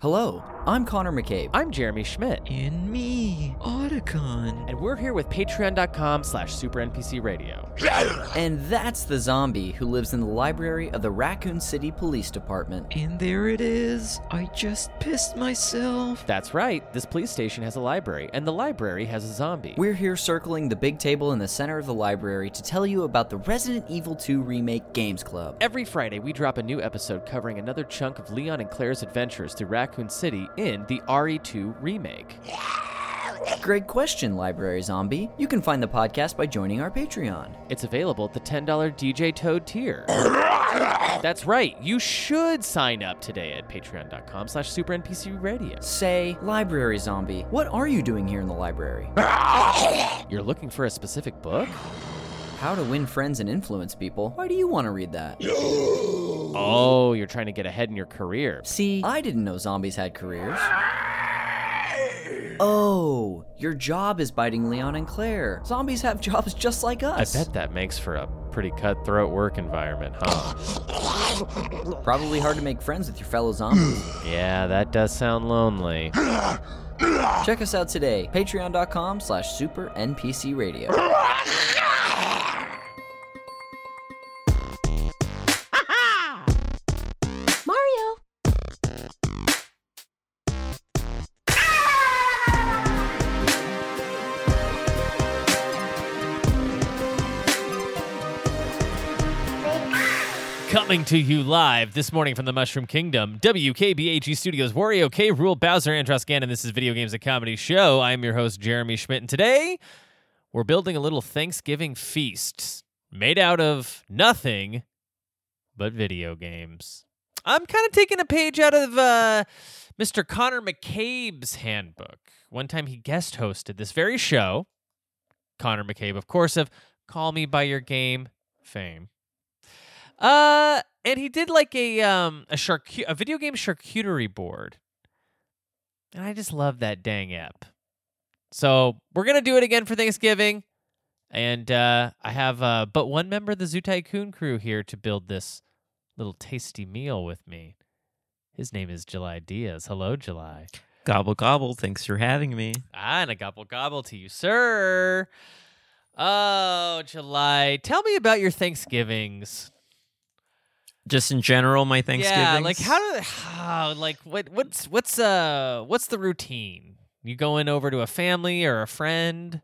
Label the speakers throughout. Speaker 1: Hello, I'm Connor McCabe.
Speaker 2: I'm Jeremy Schmidt,
Speaker 3: And me, Otacon.
Speaker 2: and we're here with patreon.com slash supernpcradio.
Speaker 1: And that's the zombie who lives in the library of the Raccoon City Police Department.
Speaker 3: And there it is. I just pissed myself.
Speaker 2: That's right, this police station has a library, and the library has a zombie.
Speaker 1: We're here circling the big table in the center of the library to tell you about the Resident Evil 2 Remake Games Club.
Speaker 2: Every Friday, we drop a new episode covering another chunk of Leon and Claire's adventures through Raccoon City in the RE2 remake.
Speaker 1: Great question, Library Zombie. You can find the podcast by joining our Patreon.
Speaker 2: It's available at the $10 DJ Toad tier. That's right, you should sign up today at patreon.com slash supernpcradio.
Speaker 1: Say, Library Zombie, what are you doing here in the library?
Speaker 2: You're looking for a specific book?
Speaker 1: How to Win Friends and Influence People. Why do you want to read that?
Speaker 2: Oh, you're trying to get ahead in your career.
Speaker 1: See, I didn't know zombies had careers. Oh, your job is biting Leon and Claire. Zombies have jobs just like
Speaker 2: I
Speaker 1: us.
Speaker 2: bet that makes for a pretty cutthroat work environment, huh?
Speaker 1: Probably hard to make friends with your fellow zombies.
Speaker 2: yeah, that does sound lonely.
Speaker 1: Check us out today, patreon.com slash super NPC radio.
Speaker 4: Mario.
Speaker 2: Coming to you live this morning from the Mushroom Kingdom, WKBHE E Studios, Wario K. Rule, Bowser, and Troscan, and this is Video Games, a Comedy Show. I'm your host, Jeremy Schmidt, and today we're building a little Thanksgiving feast made out of nothing but video games. I'm kind of taking a page out of uh, Mr. Connor McCabe's handbook. One time he guest hosted this very show. Connor McCabe, of course, of Call Me By Your Game fame. Uh, and he did like a um a charcu- a video game charcuterie board, and I just love that dang app. So we're gonna do it again for Thanksgiving, and uh, I have uh, but one member of the Zoo Tycoon crew here to build this little tasty meal with me. His name is July Diaz. Hello, July.
Speaker 3: Gobble gobble, thanks for having me.
Speaker 2: Ah, and a gobble gobble to you, sir. Oh, July, tell me about your Thanksgivings.
Speaker 3: Just in general, my Thanksgiving.
Speaker 2: Yeah, like how do how, like what what's what's uh what's the routine? You going over to a family or a friend?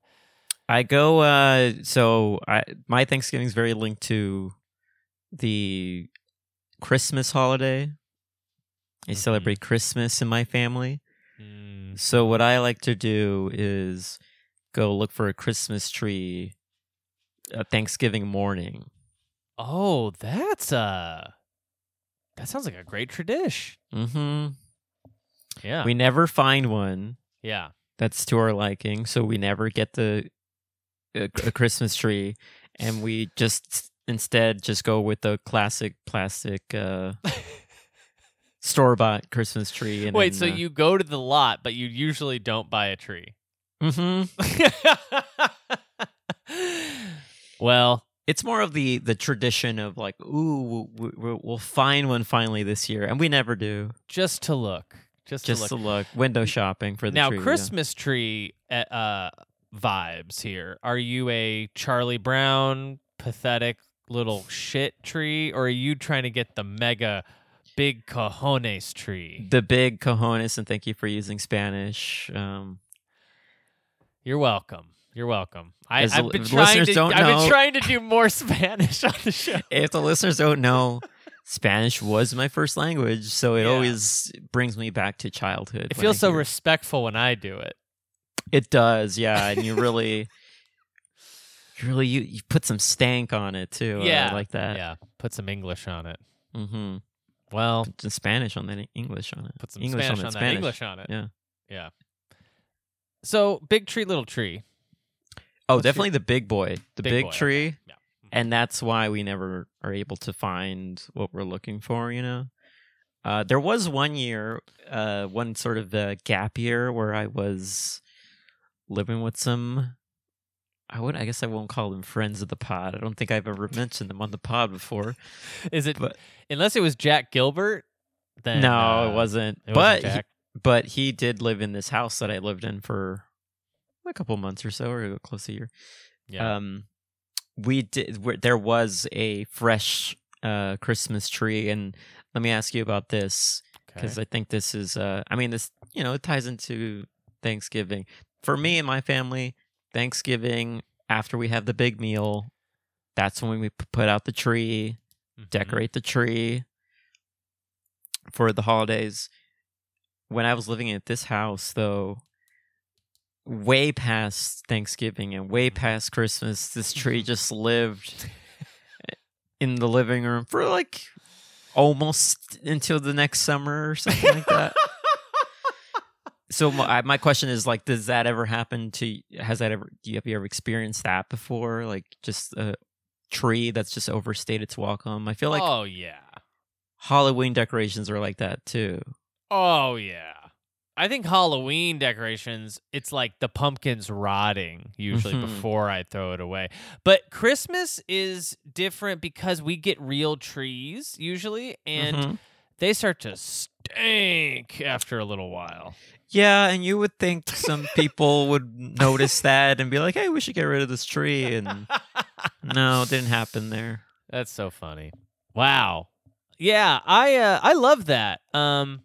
Speaker 3: I go uh so I my Thanksgiving's very linked to the Christmas holiday. I
Speaker 2: Mhm.
Speaker 3: celebrate Christmas in my family. So what I like to do is go look for a Christmas tree uh, Thanksgiving morning.
Speaker 2: Oh, that's uh that sounds like a great tradition.
Speaker 3: Mhm.
Speaker 2: Yeah.
Speaker 3: We never find one
Speaker 2: yeah.
Speaker 3: that's to our liking, so we never get the a, a Christmas tree and we just instead just go with the classic plastic uh store-bought Christmas tree and uh,
Speaker 2: Wait, so you go to the lot, but you usually don't buy a tree.
Speaker 3: Mhm.
Speaker 2: well,
Speaker 3: It's more of the the tradition of like, ooh, we, we, we'll find one finally this year, and we never do.
Speaker 2: just to look. Just,
Speaker 3: just
Speaker 2: to look.
Speaker 3: to look window shopping for the
Speaker 2: now
Speaker 3: tree, yeah.
Speaker 2: Christmas tree uh, uh, vibes here. Are you a Charlie Brown pathetic little shit tree, or are you trying to get the mega big cojones tree?
Speaker 3: The big cojones, and thank you for using Spanish. Um,
Speaker 2: You're welcome. You're welcome. I,
Speaker 3: As the
Speaker 2: I've been
Speaker 3: li-
Speaker 2: trying
Speaker 3: listeners
Speaker 2: to.
Speaker 3: don't
Speaker 2: I've been
Speaker 3: know-
Speaker 2: trying to do more Spanish on the show.
Speaker 3: if the listeners don't know, Spanish was my first language, so it
Speaker 2: Yeah.
Speaker 3: always brings me back to childhood.
Speaker 2: It
Speaker 3: when
Speaker 2: feels
Speaker 3: I
Speaker 2: so
Speaker 3: hear-
Speaker 2: respectful when I do it.
Speaker 3: it does, yeah. And you really, you really, you, you put some stank on it too.
Speaker 2: Yeah.
Speaker 3: I like that.
Speaker 2: yeah, put some English on it.
Speaker 3: Mm-hmm.
Speaker 2: Well,
Speaker 3: Put some Spanish on that English on it.
Speaker 2: put some
Speaker 3: English
Speaker 2: Spanish on,
Speaker 3: on it.
Speaker 2: that.
Speaker 3: Spanish.
Speaker 2: English on it.
Speaker 3: Yeah.
Speaker 2: Yeah. So big tree, little tree.
Speaker 3: Oh,
Speaker 2: What's your-
Speaker 3: definitely the big boy, the
Speaker 2: Big
Speaker 3: big,
Speaker 2: boy, okay.
Speaker 3: tree.
Speaker 2: Yeah.
Speaker 3: And that's why we never are able to find what we're looking for, you know? Uh, there was one year, uh, one sort of uh, gap year where I was living with some. I would, I guess, I won't call them friends of the pod. I don't think I've ever mentioned them on the pod before.
Speaker 2: Is it
Speaker 3: But-
Speaker 2: unless it was Jack Gilbert? then
Speaker 3: no,
Speaker 2: uh,
Speaker 3: it wasn't.
Speaker 2: It wasn't
Speaker 3: but
Speaker 2: Jack.
Speaker 3: He, but he did live in this house that I lived in for a couple months or so, or close to a year.
Speaker 2: yeah.
Speaker 3: Um, we did. we there was a fresh uh, Christmas tree, and let me ask you about this
Speaker 2: okay.
Speaker 3: because I think this is. Uh, I mean, this you know it ties into Thanksgiving for
Speaker 2: Mm-hmm.
Speaker 3: me and my family. Thanksgiving after we have the big meal, that's when we p- put out the tree
Speaker 2: Mhm.
Speaker 3: decorate the tree for the holidays. When I was living at this house, though, way past Thanksgiving and way past Christmas, this tree just lived in the living room for like almost until the next summer or something like that. So my, my question is like, does that ever happen to? Has that ever? Do you have you ever experienced that before? Like just a tree that's just overstayed its welcome. I feel like
Speaker 2: oh yeah,
Speaker 3: Halloween decorations are like that too.
Speaker 2: oh yeah. I think Halloween decorations. It's like the pumpkin's rotting usually
Speaker 3: Mhm.
Speaker 2: before I throw it away. But Christmas is different because we get real trees usually, and
Speaker 3: Mhm.
Speaker 2: they start to stink after a little while.
Speaker 3: yeah, and you would think some people would notice that and be like, "Hey, we should get rid of this tree." And no, it didn't happen there.
Speaker 2: That's so funny. Wow. Yeah, I uh, I love that. Um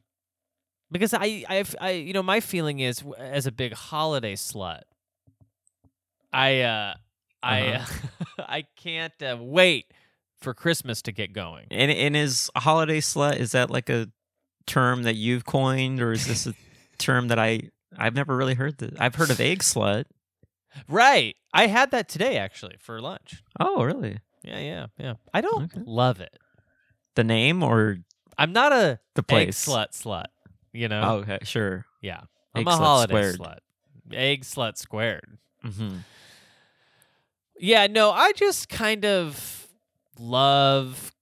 Speaker 2: because I I I you know my feeling is w- as a big holiday slut. I uh I
Speaker 3: Uh-huh.
Speaker 2: uh, I can't uh, wait for Christmas to get going.
Speaker 3: And and is holiday slut is that like a term that you've coined, or is this a term that I I've never really heard? This. I've heard of egg slut.
Speaker 2: Right. I had that today actually for lunch.
Speaker 3: Oh, really?
Speaker 2: Yeah, yeah, yeah. I don't
Speaker 3: Okay.
Speaker 2: love it.
Speaker 3: The name or
Speaker 2: I'm not a
Speaker 3: the
Speaker 2: egg
Speaker 3: place?
Speaker 2: slut slut, you know.
Speaker 3: Oh, okay, sure.
Speaker 2: Yeah. I'm
Speaker 3: Egg
Speaker 2: a
Speaker 3: slut
Speaker 2: holiday
Speaker 3: squared.
Speaker 2: slut. Egg slut squared.
Speaker 3: hmm
Speaker 2: Yeah, no, I just kind of love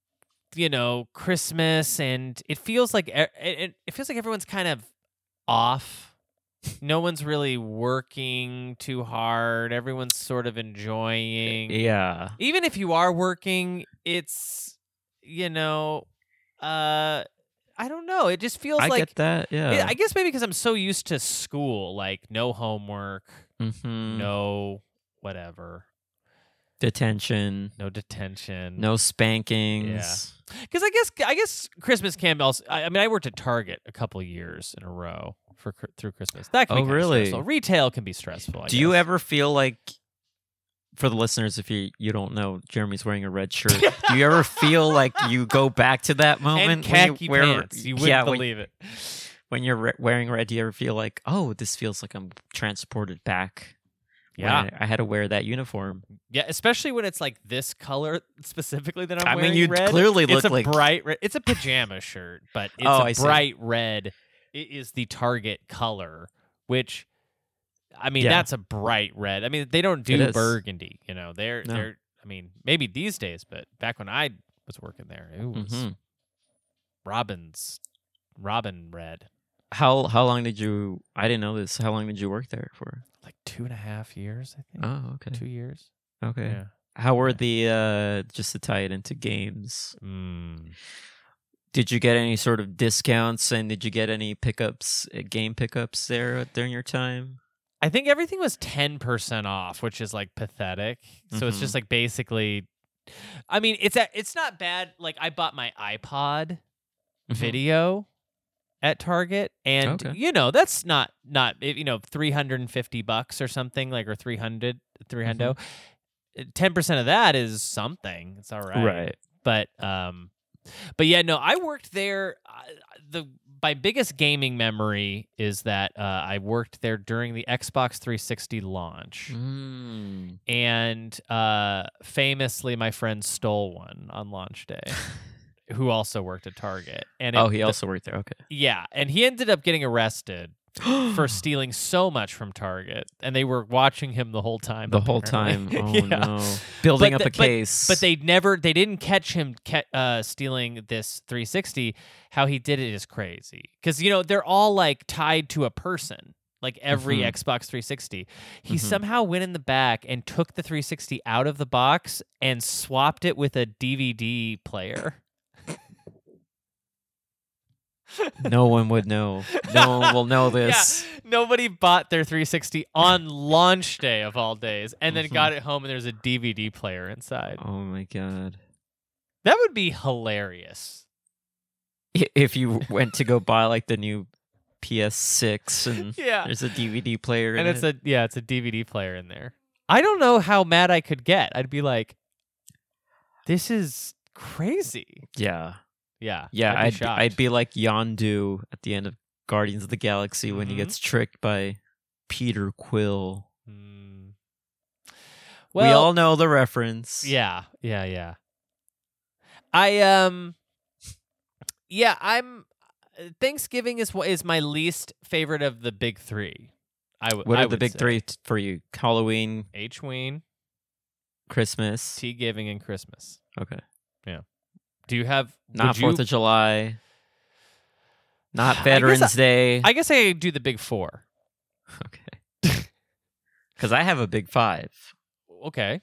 Speaker 2: you know Christmas and it feels like e- it, it, it feels like everyone's kind of off. No one's really working too hard. Everyone's sort of enjoying.
Speaker 3: Yeah.
Speaker 2: Even if you are working, it's you know uh I don't know. It just feels
Speaker 3: I
Speaker 2: like
Speaker 3: get that. Yeah.
Speaker 2: Yeah, I guess maybe because I'm so used to school, like no homework,
Speaker 3: Mhm.
Speaker 2: no whatever,
Speaker 3: detention,
Speaker 2: no detention.
Speaker 3: no spankings.
Speaker 2: because I guess I guess Christmas can be also. I, I mean, I worked at Target a couple years in a row for cr- through Christmas. That can be
Speaker 3: Oh,
Speaker 2: kinda
Speaker 3: really?
Speaker 2: stressful. Retail can be stressful. I
Speaker 3: Do you
Speaker 2: guess.
Speaker 3: ever feel like, for the listeners, if you you don't know, Jeremy's wearing a red shirt. do you ever feel like you go back to that moment
Speaker 2: and
Speaker 3: when
Speaker 2: khaki
Speaker 3: you wear,
Speaker 2: pants? You wouldn't
Speaker 3: yeah, when,
Speaker 2: believe it.
Speaker 3: when you're re- wearing red, do you ever feel like, oh, this feels like I'm transported back? when
Speaker 2: Yeah,
Speaker 3: I, I had to wear that uniform.
Speaker 2: yeah, especially when it's like this color specifically that I'm
Speaker 3: I mean,
Speaker 2: wearing.
Speaker 3: you
Speaker 2: red.
Speaker 3: clearly
Speaker 2: it's
Speaker 3: look
Speaker 2: a
Speaker 3: like-
Speaker 2: bright. Red, it's a pajama shirt, but it's
Speaker 3: Oh,
Speaker 2: a
Speaker 3: I see.
Speaker 2: bright red. It is the Target color, which. I mean
Speaker 3: Yeah.
Speaker 2: that's a bright red. I mean they don't
Speaker 3: It
Speaker 2: do
Speaker 3: is.
Speaker 2: burgundy, you know. They're
Speaker 3: No.
Speaker 2: they're I mean maybe these days, but back when I was working there, it was
Speaker 3: Mhm.
Speaker 2: Robin's Robin red,
Speaker 3: How how long did you? I didn't know this. How long did you work there for?
Speaker 2: like two and a half years, I think.
Speaker 3: Oh, okay,
Speaker 2: Two years.
Speaker 3: okay.
Speaker 2: Yeah.
Speaker 3: How were the uh just to tie it into games?
Speaker 2: Mm.
Speaker 3: Did you get any sort of discounts and did you get any pickups, uh, game pickups there during your time?
Speaker 2: I think everything was ten percent off, which is like pathetic. So it's
Speaker 3: Mhm.
Speaker 2: just like basically, I mean, it's a, it's not bad. Like I bought my iPod video at Target, and
Speaker 3: Okay.
Speaker 2: you know that's not not it- you know three hundred and fifty bucks or something like or 300 300 Uh, Ten percent of that is something. It's all right. but um but yeah no i worked there uh, the my biggest gaming memory is that uh, i worked there during the xbox 360 launch Hmm.
Speaker 3: Mm.
Speaker 2: and uh famously my friend stole one on launch day who also worked at target and it-
Speaker 3: Oh, he
Speaker 2: the-
Speaker 3: also worked there. Okay.
Speaker 2: yeah and he ended up getting arrested for stealing so much from target and they were watching him the whole time
Speaker 3: the whole time.
Speaker 2: apparently.
Speaker 3: Oh
Speaker 2: Yeah.
Speaker 3: no. Building
Speaker 2: But
Speaker 3: up
Speaker 2: the-
Speaker 3: a case.
Speaker 2: But they never, they didn't catch him ca- uh, stealing this 360. How he did it is crazy. Because, you know, they're all like tied to a person, like every
Speaker 3: Mhm.
Speaker 2: Xbox 360. He
Speaker 3: Mhm.
Speaker 2: somehow went in the back and took the 360 out of the box and swapped it with a DVD player.
Speaker 3: no one would know. No one will know this.
Speaker 2: Nobody bought their 360 on launch day of all days and then
Speaker 3: Mhm.
Speaker 2: got it home and there's a DVD player inside.
Speaker 3: Oh my god!
Speaker 2: That would be hilarious.
Speaker 3: I- If you went to go buy like the new PS6 and
Speaker 2: Yeah.
Speaker 3: Mm-hmm. there's a DVD player,
Speaker 2: And
Speaker 3: in
Speaker 2: it's
Speaker 3: it.
Speaker 2: a yeah, it's a DVD player in there. I don't know how mad I could get. I'd be like this is crazy.
Speaker 3: yeah,
Speaker 2: Yeah.
Speaker 3: yeah.
Speaker 2: I'd be
Speaker 3: I'd be,
Speaker 2: shocked.
Speaker 3: I'd be like Yondu at the end of Guardians of the Galaxy when he
Speaker 2: Mhm.
Speaker 3: gets tricked by Peter Quill.
Speaker 2: Mm.
Speaker 3: we all know the reference.
Speaker 2: Yeah, yeah, yeah. I um, yeah, I'm. Thanksgiving is what is my least favorite of the big three. I would.
Speaker 3: What
Speaker 2: I
Speaker 3: are the
Speaker 2: would
Speaker 3: big
Speaker 2: say.
Speaker 3: three t- for you? Halloween,
Speaker 2: H Ween,
Speaker 3: Christmas.
Speaker 2: tea giving, and Christmas.
Speaker 3: okay.
Speaker 2: Do you have
Speaker 3: Not
Speaker 2: would you-
Speaker 3: Fourth of July.
Speaker 2: I
Speaker 3: Not
Speaker 2: guess
Speaker 3: Veterans
Speaker 2: I-
Speaker 3: Day.
Speaker 2: I guess I do the big four.
Speaker 3: Okay. Because I have a big five.
Speaker 2: Okay,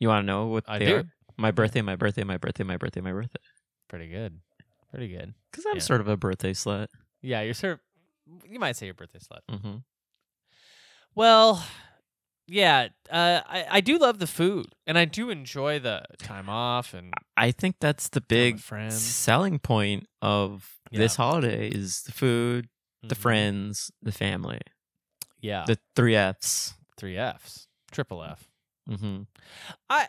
Speaker 3: You want to know what
Speaker 2: I
Speaker 3: they
Speaker 2: do.
Speaker 3: are? My birthday, my birthday, my birthday, my birthday, my birthday.
Speaker 2: Pretty good. Pretty good.
Speaker 3: Because I'm
Speaker 2: Yeah.
Speaker 3: sort of a birthday slut.
Speaker 2: Yeah, you're sort of. You might say your birthday slut.
Speaker 3: Mm-hmm.
Speaker 2: Well, yeah, uh, I I do love the food, and I do enjoy the time off and
Speaker 3: I think that's the
Speaker 2: Big
Speaker 3: big selling point of this holiday is the food, the
Speaker 2: Mhm.
Speaker 3: friends, the family,
Speaker 2: Yeah.
Speaker 3: the three Fs.
Speaker 2: three Fs. Triple F.
Speaker 3: Mm-hmm.
Speaker 2: I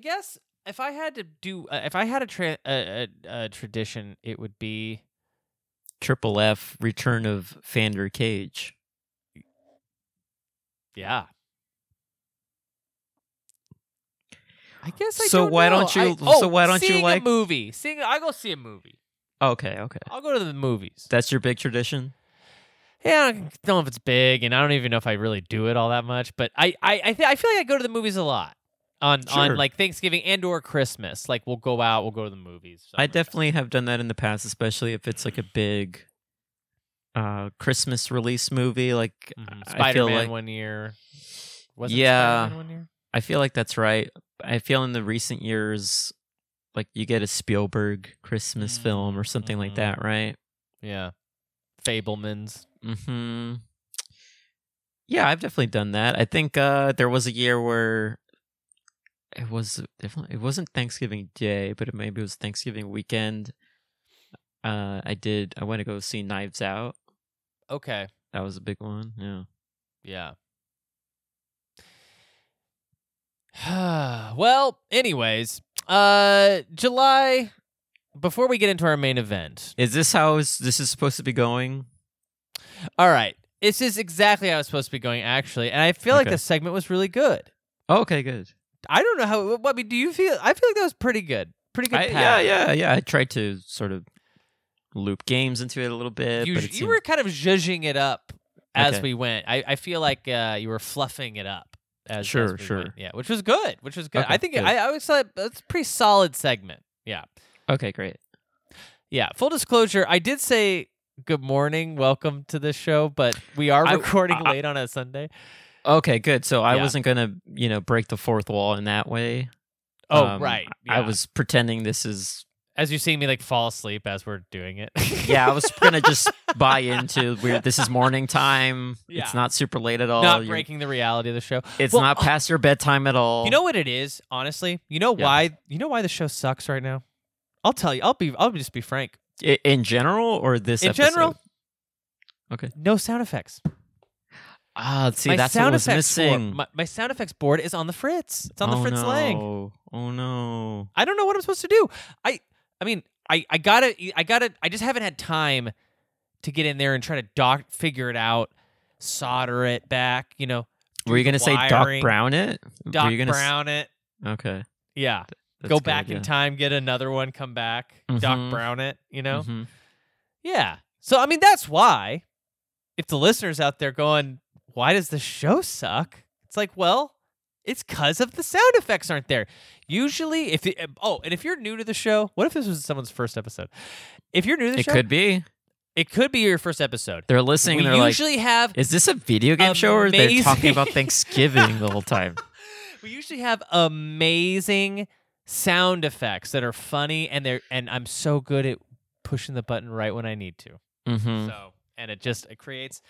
Speaker 2: guess if I had to do, uh, if I had a, tra- a, a, a tradition, it would be
Speaker 3: Triple F, return of Fander Cage.
Speaker 2: yeah. I guess. I
Speaker 3: So
Speaker 2: don't
Speaker 3: why
Speaker 2: know.
Speaker 3: don't you-
Speaker 2: I- oh,
Speaker 3: so why don't you
Speaker 2: seeing
Speaker 3: like-
Speaker 2: a movie? Seeing I go see a movie.
Speaker 3: Okay, okay.
Speaker 2: I'll go to the movies.
Speaker 3: That's your big tradition?
Speaker 2: Yeah, I don't know if it's big, and I don't even know if I really do it all that much. But I, I, I, th- I feel like I go to the movies a lot on on
Speaker 3: Sure.
Speaker 2: like Thanksgiving and or Christmas. Like we'll go out, we'll go to the movies. something
Speaker 3: I
Speaker 2: like that.
Speaker 3: definitely have done that in the past, especially if it's like a big uh Christmas release movie. Like
Speaker 2: Mhm.
Speaker 3: I feel
Speaker 2: Spider-Man
Speaker 3: like
Speaker 2: one year. Was it
Speaker 3: Yeah.
Speaker 2: Spider-Man one year?
Speaker 3: I feel like that's right. I feel in the recent years, like you get a Spielberg Christmas
Speaker 2: Mm,
Speaker 3: film or something
Speaker 2: mhm.
Speaker 3: like that, right?
Speaker 2: Yeah. Fablemans.
Speaker 3: Hmm. Yeah, I've definitely done that. I think uh there was a year where it was definitely it wasn't Thanksgiving Day, but it maybe was Thanksgiving weekend. Uh, I did. I went to go see Knives Out.
Speaker 2: Okay.
Speaker 3: That was a big one. Yeah.
Speaker 2: Yeah. well, anyways, uh July before we get into our main event.
Speaker 3: Is this how is, this is supposed to be going?
Speaker 2: All right. This is exactly how I was supposed to be going actually, and I feel like
Speaker 3: Okay.
Speaker 2: this segment was really good.
Speaker 3: Oh, okay, good.
Speaker 2: I don't know how what I mean, do you feel I feel like that was pretty good. Pretty good.
Speaker 3: I, yeah,
Speaker 2: path.
Speaker 3: yeah, yeah. I tried to sort of loop games into it a little bit.
Speaker 2: you,
Speaker 3: but
Speaker 2: you
Speaker 3: it seemed-
Speaker 2: were kind of zhuzhing it up as
Speaker 3: Okay.
Speaker 2: we went. I, I feel like uh, you were fluffing it up. As, as
Speaker 3: Sure,
Speaker 2: we
Speaker 3: sure.
Speaker 2: went. Yeah, which was good. Which was good. I
Speaker 3: Okay,
Speaker 2: think
Speaker 3: good.
Speaker 2: I, I was like, that's a pretty solid segment. Yeah,
Speaker 3: okay. Great.
Speaker 2: yeah. Full disclosure, I did say good morning, welcome to this show, but we are
Speaker 3: I-
Speaker 2: recording
Speaker 3: I-
Speaker 2: late on a Sunday.
Speaker 3: Okay, good. So I
Speaker 2: Yeah.
Speaker 3: wasn't gonna, you know, break the fourth wall in that way.
Speaker 2: Oh,
Speaker 3: Um,
Speaker 2: right.
Speaker 3: I
Speaker 2: yeah.
Speaker 3: was pretending this is.
Speaker 2: as you see me like fall asleep as we're doing it.
Speaker 3: Yeah, I was gonna just buy into weird. This is morning time.
Speaker 2: Yeah.
Speaker 3: It's not super late at all.
Speaker 2: not
Speaker 3: You're-
Speaker 2: breaking the reality of the show.
Speaker 3: It's
Speaker 2: Well, oh.
Speaker 3: not past your bedtime at all.
Speaker 2: You know what it is, honestly. You know
Speaker 3: Yeah.
Speaker 2: why? You know why the show sucks right now. I'll tell you. I'll be. I'll just be frank.
Speaker 3: I- in general or this
Speaker 2: in
Speaker 3: episode?
Speaker 2: general.
Speaker 3: Okay.
Speaker 2: No sound effects.
Speaker 3: Ah, see,
Speaker 2: my
Speaker 3: that's
Speaker 2: sound
Speaker 3: what was
Speaker 2: effects board-
Speaker 3: missing.
Speaker 2: my, my sound effects board is on the Fritz. It's on the
Speaker 3: Oh,
Speaker 2: Fritz
Speaker 3: no.
Speaker 2: Lang.
Speaker 3: Oh no.
Speaker 2: I don't know what I'm supposed to do. I. I mean, I. I gotta. I gotta. I just haven't had time to get in there and try to doc figure it out, solder it back. You know,
Speaker 3: Were you
Speaker 2: the
Speaker 3: gonna say Doc
Speaker 2: wiring.
Speaker 3: Brown it? Were
Speaker 2: Doc
Speaker 3: you gonna s-
Speaker 2: Brown it.
Speaker 3: Okay.
Speaker 2: Yeah.
Speaker 3: That's
Speaker 2: Go
Speaker 3: a good
Speaker 2: back
Speaker 3: idea.
Speaker 2: in time, get another one, come back, Doc
Speaker 3: Mhm.
Speaker 2: Brown it. You know.
Speaker 3: Mhm.
Speaker 2: Yeah. So I mean that's why if the listeners out there going, why does the show suck? It's like, well, it's cuz of the sound effects aren't there. Usually if the, oh, and if you're new to the show, what if this was someone's first episode? If you're new to the
Speaker 3: It
Speaker 2: show,
Speaker 3: could be.
Speaker 2: it could be your first episode.
Speaker 3: They're listening.
Speaker 2: we
Speaker 3: and they're
Speaker 2: usually have
Speaker 3: like, "Is this a video game show or they're talking
Speaker 2: Amazing.
Speaker 3: about Thanksgiving the whole time?"
Speaker 2: we usually have amazing sound effects that are funny and they're and I'm so good at pushing the button right when I need to.
Speaker 3: Mm-hmm.
Speaker 2: So and it just it creates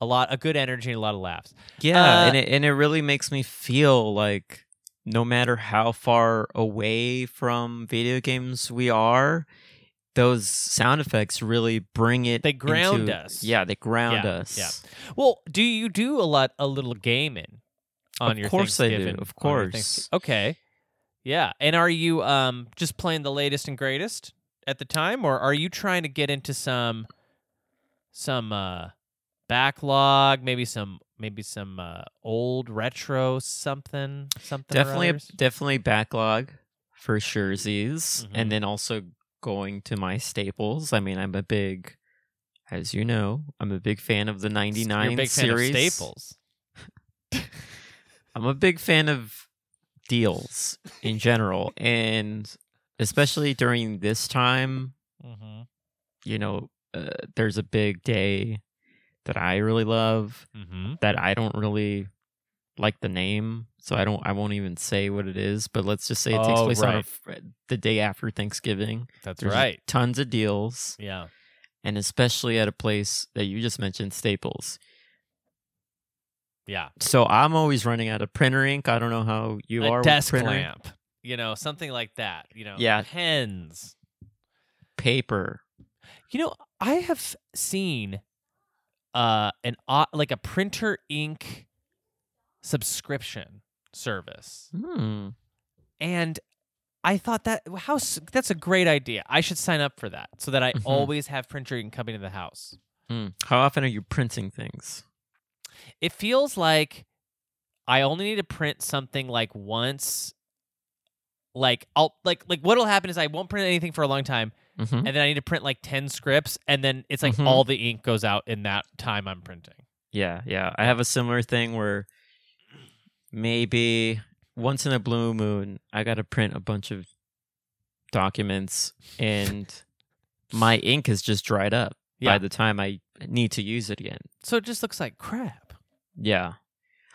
Speaker 2: a lot a good energy and a lot of laughs.
Speaker 3: Yeah,
Speaker 2: Uh,
Speaker 3: and it and it really makes me feel like no matter how far away from video games we are, those sound effects really bring it.
Speaker 2: They ground
Speaker 3: into-
Speaker 2: us.
Speaker 3: Yeah, they ground
Speaker 2: Yeah,
Speaker 3: us.
Speaker 2: yeah. Well, do you do a lot a little gaming on
Speaker 3: Of
Speaker 2: your
Speaker 3: course I do,
Speaker 2: Thanksgiving-
Speaker 3: of
Speaker 2: on your
Speaker 3: course.
Speaker 2: Thanksgiving- Okay. Yeah. And are you um just playing the latest and greatest at the time or are you trying to get into some some uh backlog, maybe some maybe some uh old retro something something or
Speaker 3: Definitely,
Speaker 2: others?
Speaker 3: definitely backlog for surezies,
Speaker 2: Mhm.
Speaker 3: and then also going to my staples. I mean, I'm a big, as you know, I'm a big fan of the '99
Speaker 2: You're a big
Speaker 3: series.
Speaker 2: fan of staples.
Speaker 3: I'm a big fan of deals in general, and especially during this time,
Speaker 2: Mm-hmm.
Speaker 3: you know, uh, there's a big day that I really love
Speaker 2: Mm-hmm.
Speaker 3: that I don't really like the name, so I don't, I won't even say what it is. But let's just say it takes
Speaker 2: Oh,
Speaker 3: place on a,
Speaker 2: right.
Speaker 3: fr- the day after Thanksgiving.
Speaker 2: That's
Speaker 3: There's
Speaker 2: right.
Speaker 3: Tons of deals,
Speaker 2: Yeah.
Speaker 3: and especially at a place that you just mentioned, Staples.
Speaker 2: Yeah.
Speaker 3: So I'm always running out of printer ink. I don't know how you
Speaker 2: a
Speaker 3: are. with
Speaker 2: desk
Speaker 3: printer ink.
Speaker 2: lamp. You know, something like that. You know,
Speaker 3: Yeah.
Speaker 2: pens.
Speaker 3: paper.
Speaker 2: You know, I have seen uh an au- like a printer ink subscription service.
Speaker 3: Hmm.
Speaker 2: And I thought that how s- that's a great idea. I should sign up for that so that I
Speaker 3: Mhm.
Speaker 2: always have printer ink coming to the house.
Speaker 3: Hmm. How often are you printing things?
Speaker 2: It feels like I only need to print something like once like I'll like like what'll happen is I won't print anything for a long time
Speaker 3: Mm-hmm.
Speaker 2: and then I need to print like 10 scripts and then it's like
Speaker 3: Mhm.
Speaker 2: all the ink goes out in that time I'm printing.
Speaker 3: Yeah, yeah. I have a similar thing where maybe once in a blue moon, I got to print a bunch of documents and my ink has just dried up
Speaker 2: Yeah.
Speaker 3: by the time I need to use it again.
Speaker 2: So it just looks like crap.
Speaker 3: Yeah.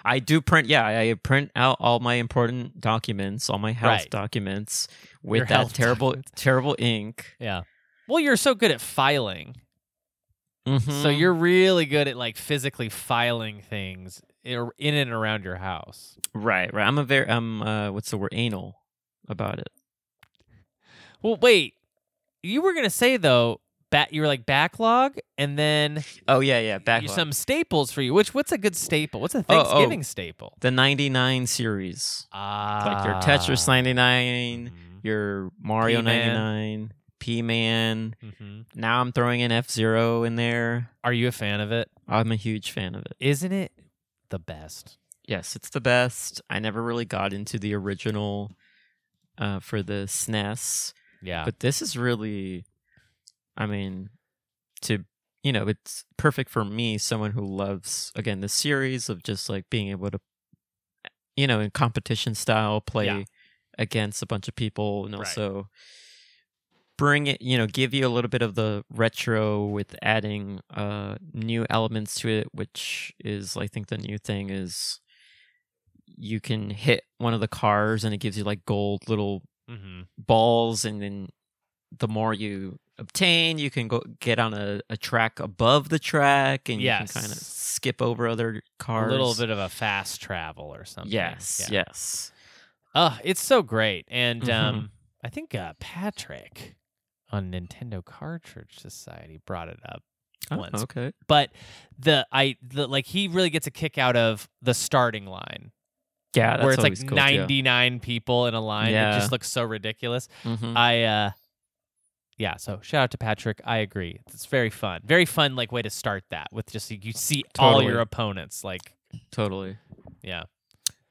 Speaker 3: I do print, yeah, I print out all my important documents, all my health
Speaker 2: Right.
Speaker 3: documents with
Speaker 2: Your
Speaker 3: that
Speaker 2: health
Speaker 3: terrible,
Speaker 2: documents.
Speaker 3: terrible ink.
Speaker 2: Yeah. Well, you're so good at filing. So
Speaker 3: Mhm.
Speaker 2: you're really good at like physically filing things i- in and around your house.
Speaker 3: right, right. I'm a very, I'm, uh, what's the word? Anal about it.
Speaker 2: Well, wait. You were going to say though, bat you were like backlog and then
Speaker 3: Oh yeah, yeah.
Speaker 2: you-
Speaker 3: Back
Speaker 2: some staples for you. Which what's a good staple? What's a Thanksgiving staple?
Speaker 3: the '99 series,
Speaker 2: Ah.
Speaker 3: like your Tetris '99,
Speaker 2: Mhm.
Speaker 3: your Mario
Speaker 2: P-Man.
Speaker 3: '99, P Man.
Speaker 2: Mhm.
Speaker 3: Now I'm throwing an F Zero in there.
Speaker 2: Are you a fan of it?
Speaker 3: I'm a huge fan of it.
Speaker 2: Isn't it the best?
Speaker 3: Yes, it's the best. I never really got into the original uh, for the SNES,
Speaker 2: Yeah.
Speaker 3: but this is really, I mean, to you know, it's perfect for me, someone who loves again the series of just like being able to, you know, in competition style play
Speaker 2: Yeah.
Speaker 3: against a bunch of people and
Speaker 2: Right.
Speaker 3: also bring it, you know, give you a little bit of the retro with adding uh new elements to it, which is I think the new thing is you can hit one of the cars and it gives you like gold little
Speaker 2: mm-hmm.
Speaker 3: balls and then the more you obtain you can go get on a, a track above the track and you
Speaker 2: Yes.
Speaker 3: can kind of skip over other
Speaker 2: A
Speaker 3: cars
Speaker 2: little bit of a fast travel or something.
Speaker 3: yes
Speaker 2: Yeah.
Speaker 3: yes
Speaker 2: Oh, it's so great. And
Speaker 3: Mhm.
Speaker 2: um, I think uh, Patrick on Nintendo Cartridge Society brought it up
Speaker 3: Oh,
Speaker 2: once.
Speaker 3: okay
Speaker 2: But the I the like he really gets a kick out of the starting line
Speaker 3: yeah that's
Speaker 2: where it's like
Speaker 3: always cool, too.
Speaker 2: 99 people in a line. It
Speaker 3: Yeah.
Speaker 2: just looks so ridiculous.
Speaker 3: Mhm.
Speaker 2: I uh yeah, so shout out to Patrick. I agree. It's very fun. Very fun like way to start that with just you see all
Speaker 3: Totally.
Speaker 2: your opponents like
Speaker 3: totally
Speaker 2: yeah.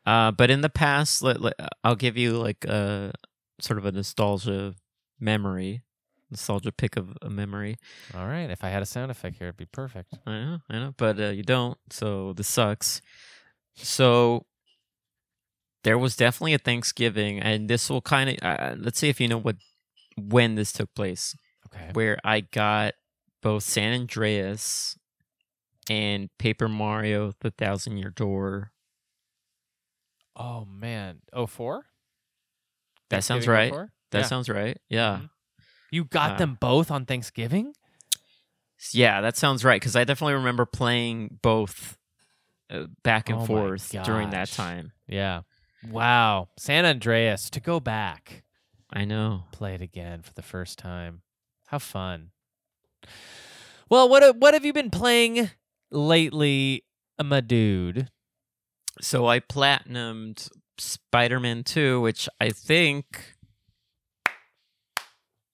Speaker 3: Uh, but in the past, let, let- I'll give you like a sort of a nostalgia memory, nostalgia pick of a memory.
Speaker 2: All right, if I had a sound effect here it'd be perfect.
Speaker 3: I know, Oh, I know, but uh, you don't, so this sucks. So there was definitely a Thanksgiving, and this will kind of uh, let's see if you know what when this took place,
Speaker 2: Okay.
Speaker 3: where I got both San Andreas and Paper Mario: The Thousand Year Door.
Speaker 2: Oh man, oh four?
Speaker 3: That sounds
Speaker 2: Thanksgiving
Speaker 3: right.
Speaker 2: before?
Speaker 3: That
Speaker 2: Yeah.
Speaker 3: sounds right. Yeah.
Speaker 2: Mhm. you got
Speaker 3: uh,
Speaker 2: them both on Thanksgiving.
Speaker 3: Yeah, that sounds right. Because I definitely remember playing both uh, back and
Speaker 2: Oh my
Speaker 3: forth during that
Speaker 2: gosh.
Speaker 3: time.
Speaker 2: Yeah. Wow. San Andreas to go back,
Speaker 3: I know.
Speaker 2: play it again for the first time. How fun. Well, what what have you been playing lately, my dude?
Speaker 3: So I platinumed Spider Man 2, which I think.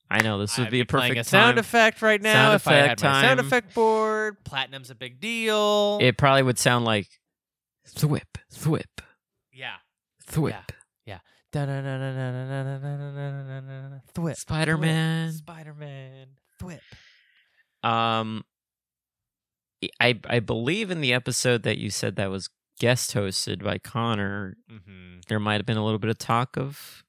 Speaker 3: I know this would
Speaker 2: I'd
Speaker 3: be a
Speaker 2: playing
Speaker 3: perfect
Speaker 2: a sound
Speaker 3: time.
Speaker 2: effect right now.
Speaker 3: Sound
Speaker 2: if I had
Speaker 3: effect
Speaker 2: my sound
Speaker 3: time.
Speaker 2: effect board, platinum's a big deal.
Speaker 3: It probably would sound like thwip, thwip,
Speaker 2: yeah.
Speaker 3: thwip.
Speaker 2: Thwip.
Speaker 3: Spider Man.
Speaker 2: Spider Man. Thwip.
Speaker 3: Um, I I believe in the episode that you said that was guest hosted by Connor.
Speaker 2: Mm-hmm.
Speaker 3: There might have been a little bit of talk of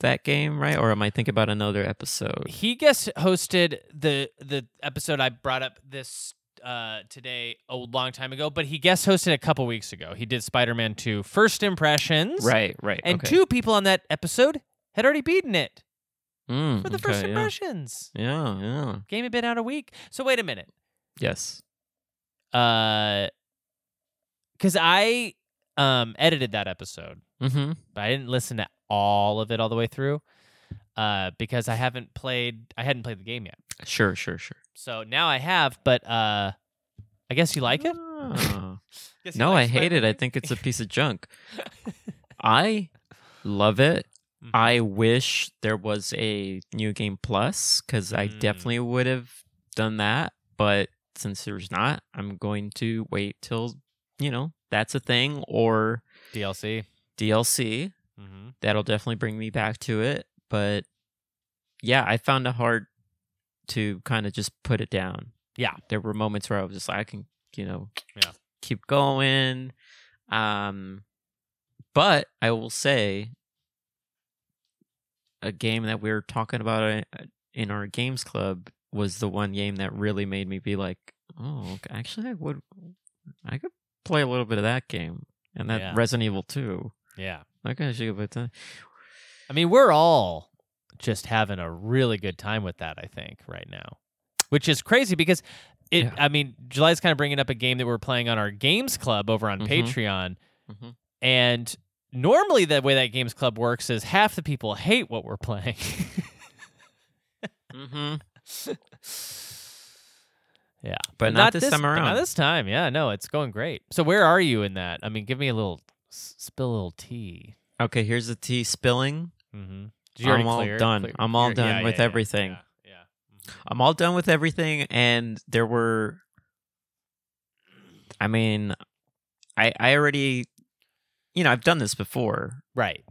Speaker 3: that game, right? Or am I thinking about another episode?
Speaker 2: He guest hosted the the episode I brought up this uh today a long time ago, but he guest hosted a couple weeks ago. He did Spider Man 2 First Impressions.
Speaker 3: Right, right.
Speaker 2: And
Speaker 3: okay.
Speaker 2: two people on that episode had already beaten it
Speaker 3: Mm,
Speaker 2: for the First
Speaker 3: okay, yeah.
Speaker 2: Impressions.
Speaker 3: Yeah, yeah.
Speaker 2: Game had been out a week. So wait a minute.
Speaker 3: Yes.
Speaker 2: Uh, because I um edited that episode.
Speaker 3: Mm-hmm.
Speaker 2: but I didn't listen to all of it all the way through uh, because I haven't played. I hadn't played the game yet,
Speaker 3: Sure, sure, sure.
Speaker 2: so now I have. But uh, I guess you like it.
Speaker 3: Ah.
Speaker 2: Mm-hmm. Guess you
Speaker 3: no,
Speaker 2: like
Speaker 3: I hate it. I
Speaker 2: Spider-Man?
Speaker 3: think it's a piece of junk. I love it.
Speaker 2: Mhm.
Speaker 3: I wish there was a new game plus because I
Speaker 2: Mm.
Speaker 3: definitely would have done that. But since there's not, I'm going to wait till, you know, that's a thing or
Speaker 2: DLC.
Speaker 3: DLC.
Speaker 2: Mm-hmm.
Speaker 3: That'll definitely bring me back to it. But yeah, I found it hard to kind of just put it down.
Speaker 2: Yeah.
Speaker 3: There were moments where I was just like, I can, you know,
Speaker 2: Yeah.
Speaker 3: keep going. Um, but I will say, a game that we were talking about uh, in our games club was the one game that really made me be like, oh, okay, actually, I would, I could play a little bit of that game, and that
Speaker 2: Yeah.
Speaker 3: Resident Evil Two.
Speaker 2: Yeah.
Speaker 3: I can actually go back to.
Speaker 2: I mean, we're all just having a really good time with that. I think right now, which is crazy because it.
Speaker 3: Yeah.
Speaker 2: I mean, July's kind of bringing up a game that we're playing on our games club over on
Speaker 3: Mhm.
Speaker 2: Patreon,
Speaker 3: Mhm.
Speaker 2: and normally the way that games club works is half the people hate what we're playing.
Speaker 3: Mm-hmm.
Speaker 2: yeah,
Speaker 3: But not this time
Speaker 2: but Not
Speaker 3: around.
Speaker 2: this time. Yeah, no, it's going great. So where are you in that? I mean, give me a little s- spill, a little tea.
Speaker 3: Okay, here's the tea spilling.
Speaker 2: Mm-hmm.
Speaker 3: I'm all done. I'm all done with everything.
Speaker 2: Yeah. yeah.
Speaker 3: I'm all done with everything, and there were. I mean, I I already, you know, I've done this before,
Speaker 2: Right.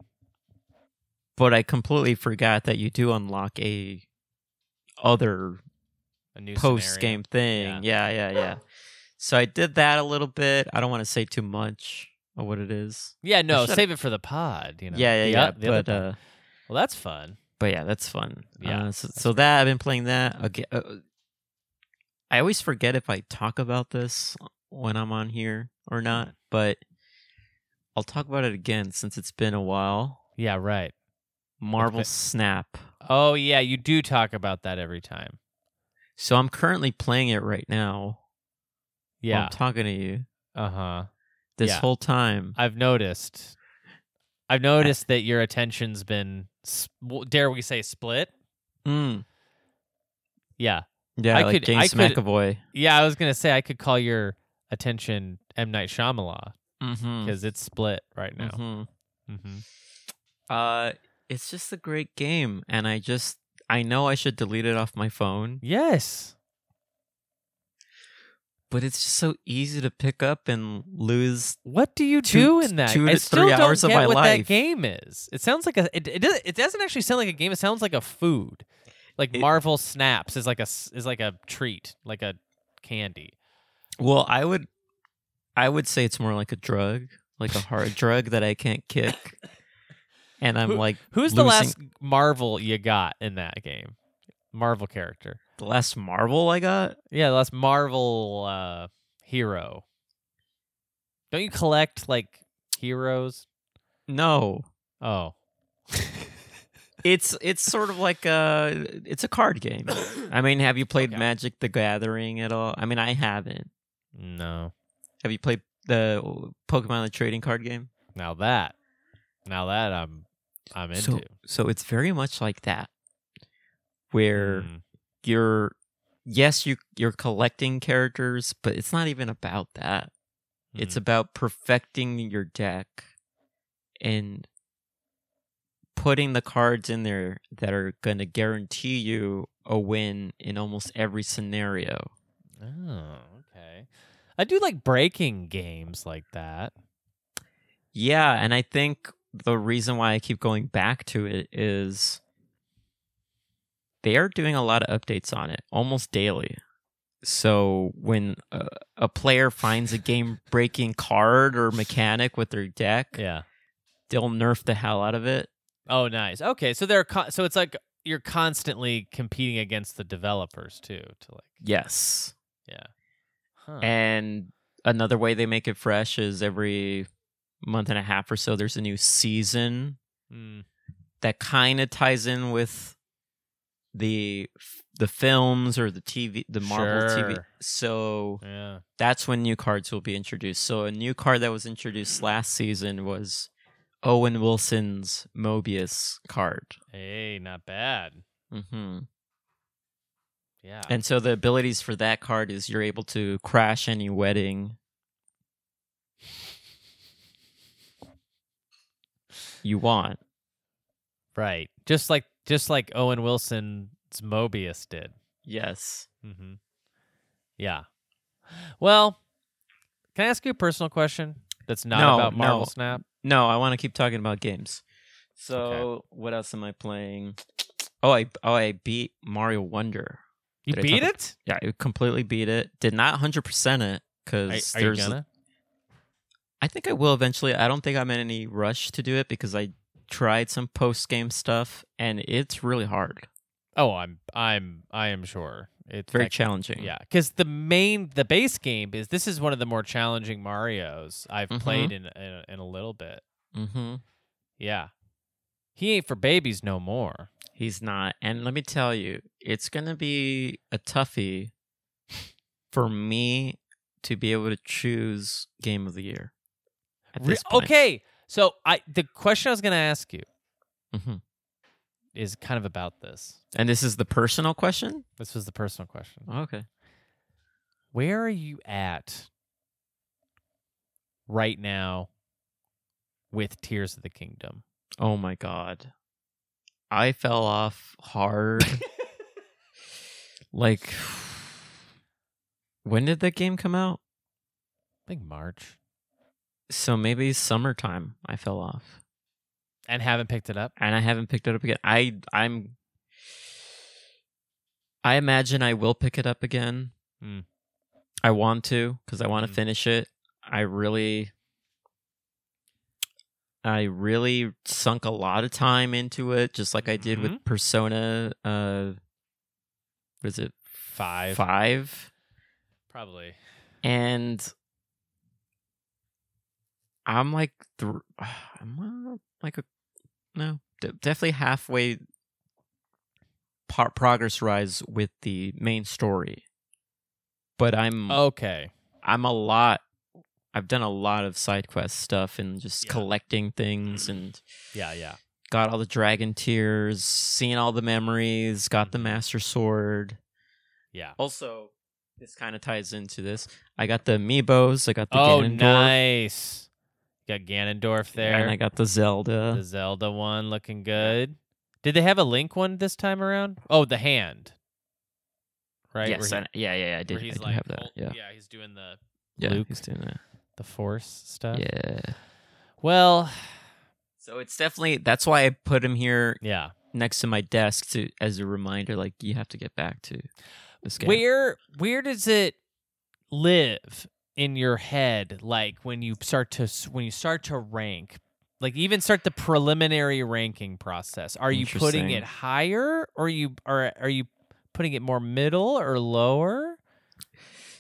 Speaker 3: but I completely forgot that you do unlock a other
Speaker 2: a new
Speaker 3: post game thing. Yeah. yeah, yeah, So I did that a little bit. I don't want to say too much of what it is.
Speaker 2: Yeah, no,
Speaker 3: should've-
Speaker 2: save it for the pod. You know,
Speaker 3: yeah, yeah,
Speaker 2: The
Speaker 3: yeah.
Speaker 2: oth- the other
Speaker 3: but
Speaker 2: pod.
Speaker 3: uh,
Speaker 2: well, that's fun.
Speaker 3: but yeah, that's fun.
Speaker 2: Yeah,
Speaker 3: Uh, so, so that I've been playing that. Again, uh, I always forget if I talk about this when I'm on here
Speaker 2: Hmm.
Speaker 3: or not, but I'll talk about it again since it's been a while.
Speaker 2: Yeah, right.
Speaker 3: Marvel
Speaker 2: been-
Speaker 3: Snap.
Speaker 2: Oh yeah, you do talk about that every time.
Speaker 3: So I'm currently playing it right now. while
Speaker 2: Yeah.
Speaker 3: I'm talking to you
Speaker 2: Uh huh.
Speaker 3: this
Speaker 2: Yeah.
Speaker 3: whole time.
Speaker 2: I've noticed. I've noticed that your attention's been, s- w- dare we say, split.
Speaker 3: Mm.
Speaker 2: Yeah,
Speaker 3: Yeah,
Speaker 2: Hmm. I
Speaker 3: like
Speaker 2: could-
Speaker 3: James
Speaker 2: I could-
Speaker 3: McAvoy.
Speaker 2: yeah. I was gonna say I could call your attention M Night Shyamalan
Speaker 3: Mm-hmm.
Speaker 2: because it's split right now.
Speaker 3: hmm
Speaker 2: Mm-hmm.
Speaker 3: Uh, it's just a great game, and I just I know I should delete it off my phone,
Speaker 2: Yes.
Speaker 3: but it's just so easy to pick up and lose.
Speaker 2: What do you
Speaker 3: Two-
Speaker 2: do in that?
Speaker 3: two
Speaker 2: I
Speaker 3: to
Speaker 2: still
Speaker 3: three
Speaker 2: don't
Speaker 3: hours of
Speaker 2: get
Speaker 3: my
Speaker 2: what that
Speaker 3: life.
Speaker 2: game is. It sounds like a. It it, does, it doesn't actually sound like a game. It sounds like a food, like
Speaker 3: It-
Speaker 2: Marvel Snaps is like a s- is like a treat, like a candy.
Speaker 3: Well, I would, I would say it's more like a drug, like a hard drug that I can't kick, and I'm
Speaker 2: Who-
Speaker 3: like
Speaker 2: Who's the last
Speaker 3: Losing-
Speaker 2: Marvel you got in that game? Marvel character.
Speaker 3: the last Marvel I got.
Speaker 2: Yeah, the last Marvel uh, hero. Don't you collect like heroes?
Speaker 3: No,
Speaker 2: Oh,
Speaker 3: it's it's sort of like a it's a card game. I mean, have you played
Speaker 2: Okay.
Speaker 3: Magic the Gathering at all? I mean, I haven't.
Speaker 2: No.
Speaker 3: Have you played the Pokemon the trading card game?
Speaker 2: Now that, now that I'm, I'm into.
Speaker 3: So so it's very much like that. Where
Speaker 2: Mm.
Speaker 3: you're yes, you you're collecting characters, but it's not even about that. It's
Speaker 2: Mm.
Speaker 3: about perfecting your deck and putting the cards in there that are going to guarantee you a win in almost every scenario.
Speaker 2: Oh, okay. I do like breaking games like that.
Speaker 3: Yeah, and I think the reason why I keep going back to it is they are doing a lot of updates on it almost daily. So when a, a player finds a game breaking card or mechanic with their deck,
Speaker 2: Yeah.
Speaker 3: they'll nerf the hell out of it.
Speaker 2: Oh, nice. Okay, so they're con- so it's like you're constantly competing against the developers too to like.
Speaker 3: Yes.
Speaker 2: Huh.
Speaker 3: Uh. And another way they make it fresh is every month and a half or so, there's a new season
Speaker 2: Mm.
Speaker 3: that kind of ties in with the the films or the TV, the Marvel TV.
Speaker 2: Sure.
Speaker 3: So
Speaker 2: Yeah.
Speaker 3: that's when new cards will be introduced. So a new card that was introduced last season was Owen Wilson's Mobius card.
Speaker 2: Hey, not bad.
Speaker 3: hmm
Speaker 2: Yeah.
Speaker 3: And so the abilities for that card is you're able to crash any wedding. You want.
Speaker 2: right. Just like just like Owen Wilson's Mobius did.
Speaker 3: Yes.
Speaker 2: Mm-hmm. Yeah. Well, can I ask you a personal question? That's not
Speaker 3: No,
Speaker 2: about Marvel
Speaker 3: no.
Speaker 2: Snap.
Speaker 3: No, I want to keep talking about games. So
Speaker 2: Okay.
Speaker 3: what else am I playing? Oh, I oh I beat Mario Wonder.
Speaker 2: You
Speaker 3: Did I
Speaker 2: beat
Speaker 3: talk-
Speaker 2: it?
Speaker 3: Yeah, I completely beat it. Did not hundred percent
Speaker 2: Are,
Speaker 3: it because
Speaker 2: are you
Speaker 3: there's.
Speaker 2: gonna?
Speaker 3: I think I will eventually. I don't think I'm in any rush to do it because I tried some post game stuff and it's really hard,
Speaker 2: Oh, I'm I'm I am sure. It's
Speaker 3: very
Speaker 2: that-
Speaker 3: challenging.
Speaker 2: Yeah, because the main, the base game is this is one of the more challenging Mario's I've
Speaker 3: Mhm.
Speaker 2: played in, in in a little bit.
Speaker 3: Mm-hmm.
Speaker 2: Yeah, he ain't for babies no more.
Speaker 3: He's not. And let me tell you, it's going to be a toughie for me to be able to choose game of the year. At
Speaker 2: Re-
Speaker 3: this point.
Speaker 2: okay, so I the question I was gonna ask you
Speaker 3: Mhm.
Speaker 2: is kind of about this.
Speaker 3: And this is the personal question?
Speaker 2: This was the personal question.
Speaker 3: Okay.
Speaker 2: Where are you at right now with Tears of the Kingdom?
Speaker 3: Oh my God. I fell off hard. like, when did that game come out?
Speaker 2: I think March,
Speaker 3: So maybe summertime I fell off.
Speaker 2: and haven't picked it up.
Speaker 3: and I haven't picked it up again. I I'm I imagine I will pick it up again.
Speaker 2: Mm.
Speaker 3: I want to because I want to
Speaker 2: Mm.
Speaker 3: finish it. I really I really sunk a lot of time into it, just like I did with Persona uh was it
Speaker 2: Five,
Speaker 3: five?
Speaker 2: probably.
Speaker 3: and I'm like th- I'm uh, like a no de- definitely halfway par- progress rise with the main story, but I'm
Speaker 2: Okay.
Speaker 3: I'm a lot. I've done a lot of side quest stuff and just
Speaker 2: Yeah. Mm-hmm.
Speaker 3: collecting things and
Speaker 2: Yeah, yeah.
Speaker 3: got all the dragon tears, seen all the memories, got the
Speaker 2: Mhm.
Speaker 3: master sword.
Speaker 2: Yeah.
Speaker 3: Also, this kind of ties into this. I got the amiibos. I got the
Speaker 2: oh,
Speaker 3: Ganondorf.
Speaker 2: nice. Got Ganondorf there.
Speaker 3: And I got the
Speaker 2: the
Speaker 3: Zelda.
Speaker 2: Zelda one looking good. Did they have a Link one this time around? Oh, the hand. Right? where
Speaker 3: Yes,
Speaker 2: he-
Speaker 3: and- yeah, yeah, yeah. I did,
Speaker 2: where
Speaker 3: I
Speaker 2: he's
Speaker 3: did
Speaker 2: like,
Speaker 3: have that.
Speaker 2: hol-
Speaker 3: Yeah,
Speaker 2: he's doing the
Speaker 3: yeah.
Speaker 2: Luke.
Speaker 3: He's doing that.
Speaker 2: the force stuff.
Speaker 3: Yeah.
Speaker 2: Well,
Speaker 3: So it's definitely that's why I put him here
Speaker 2: yeah.
Speaker 3: next to my desk to as a reminder. Like you have to get back to this game.
Speaker 2: Where where does it live in your head like when you start to s- when you start to rank? Like even start the preliminary ranking process. Are you putting
Speaker 3: Interesting.
Speaker 2: it higher or you are are you putting it more middle or lower?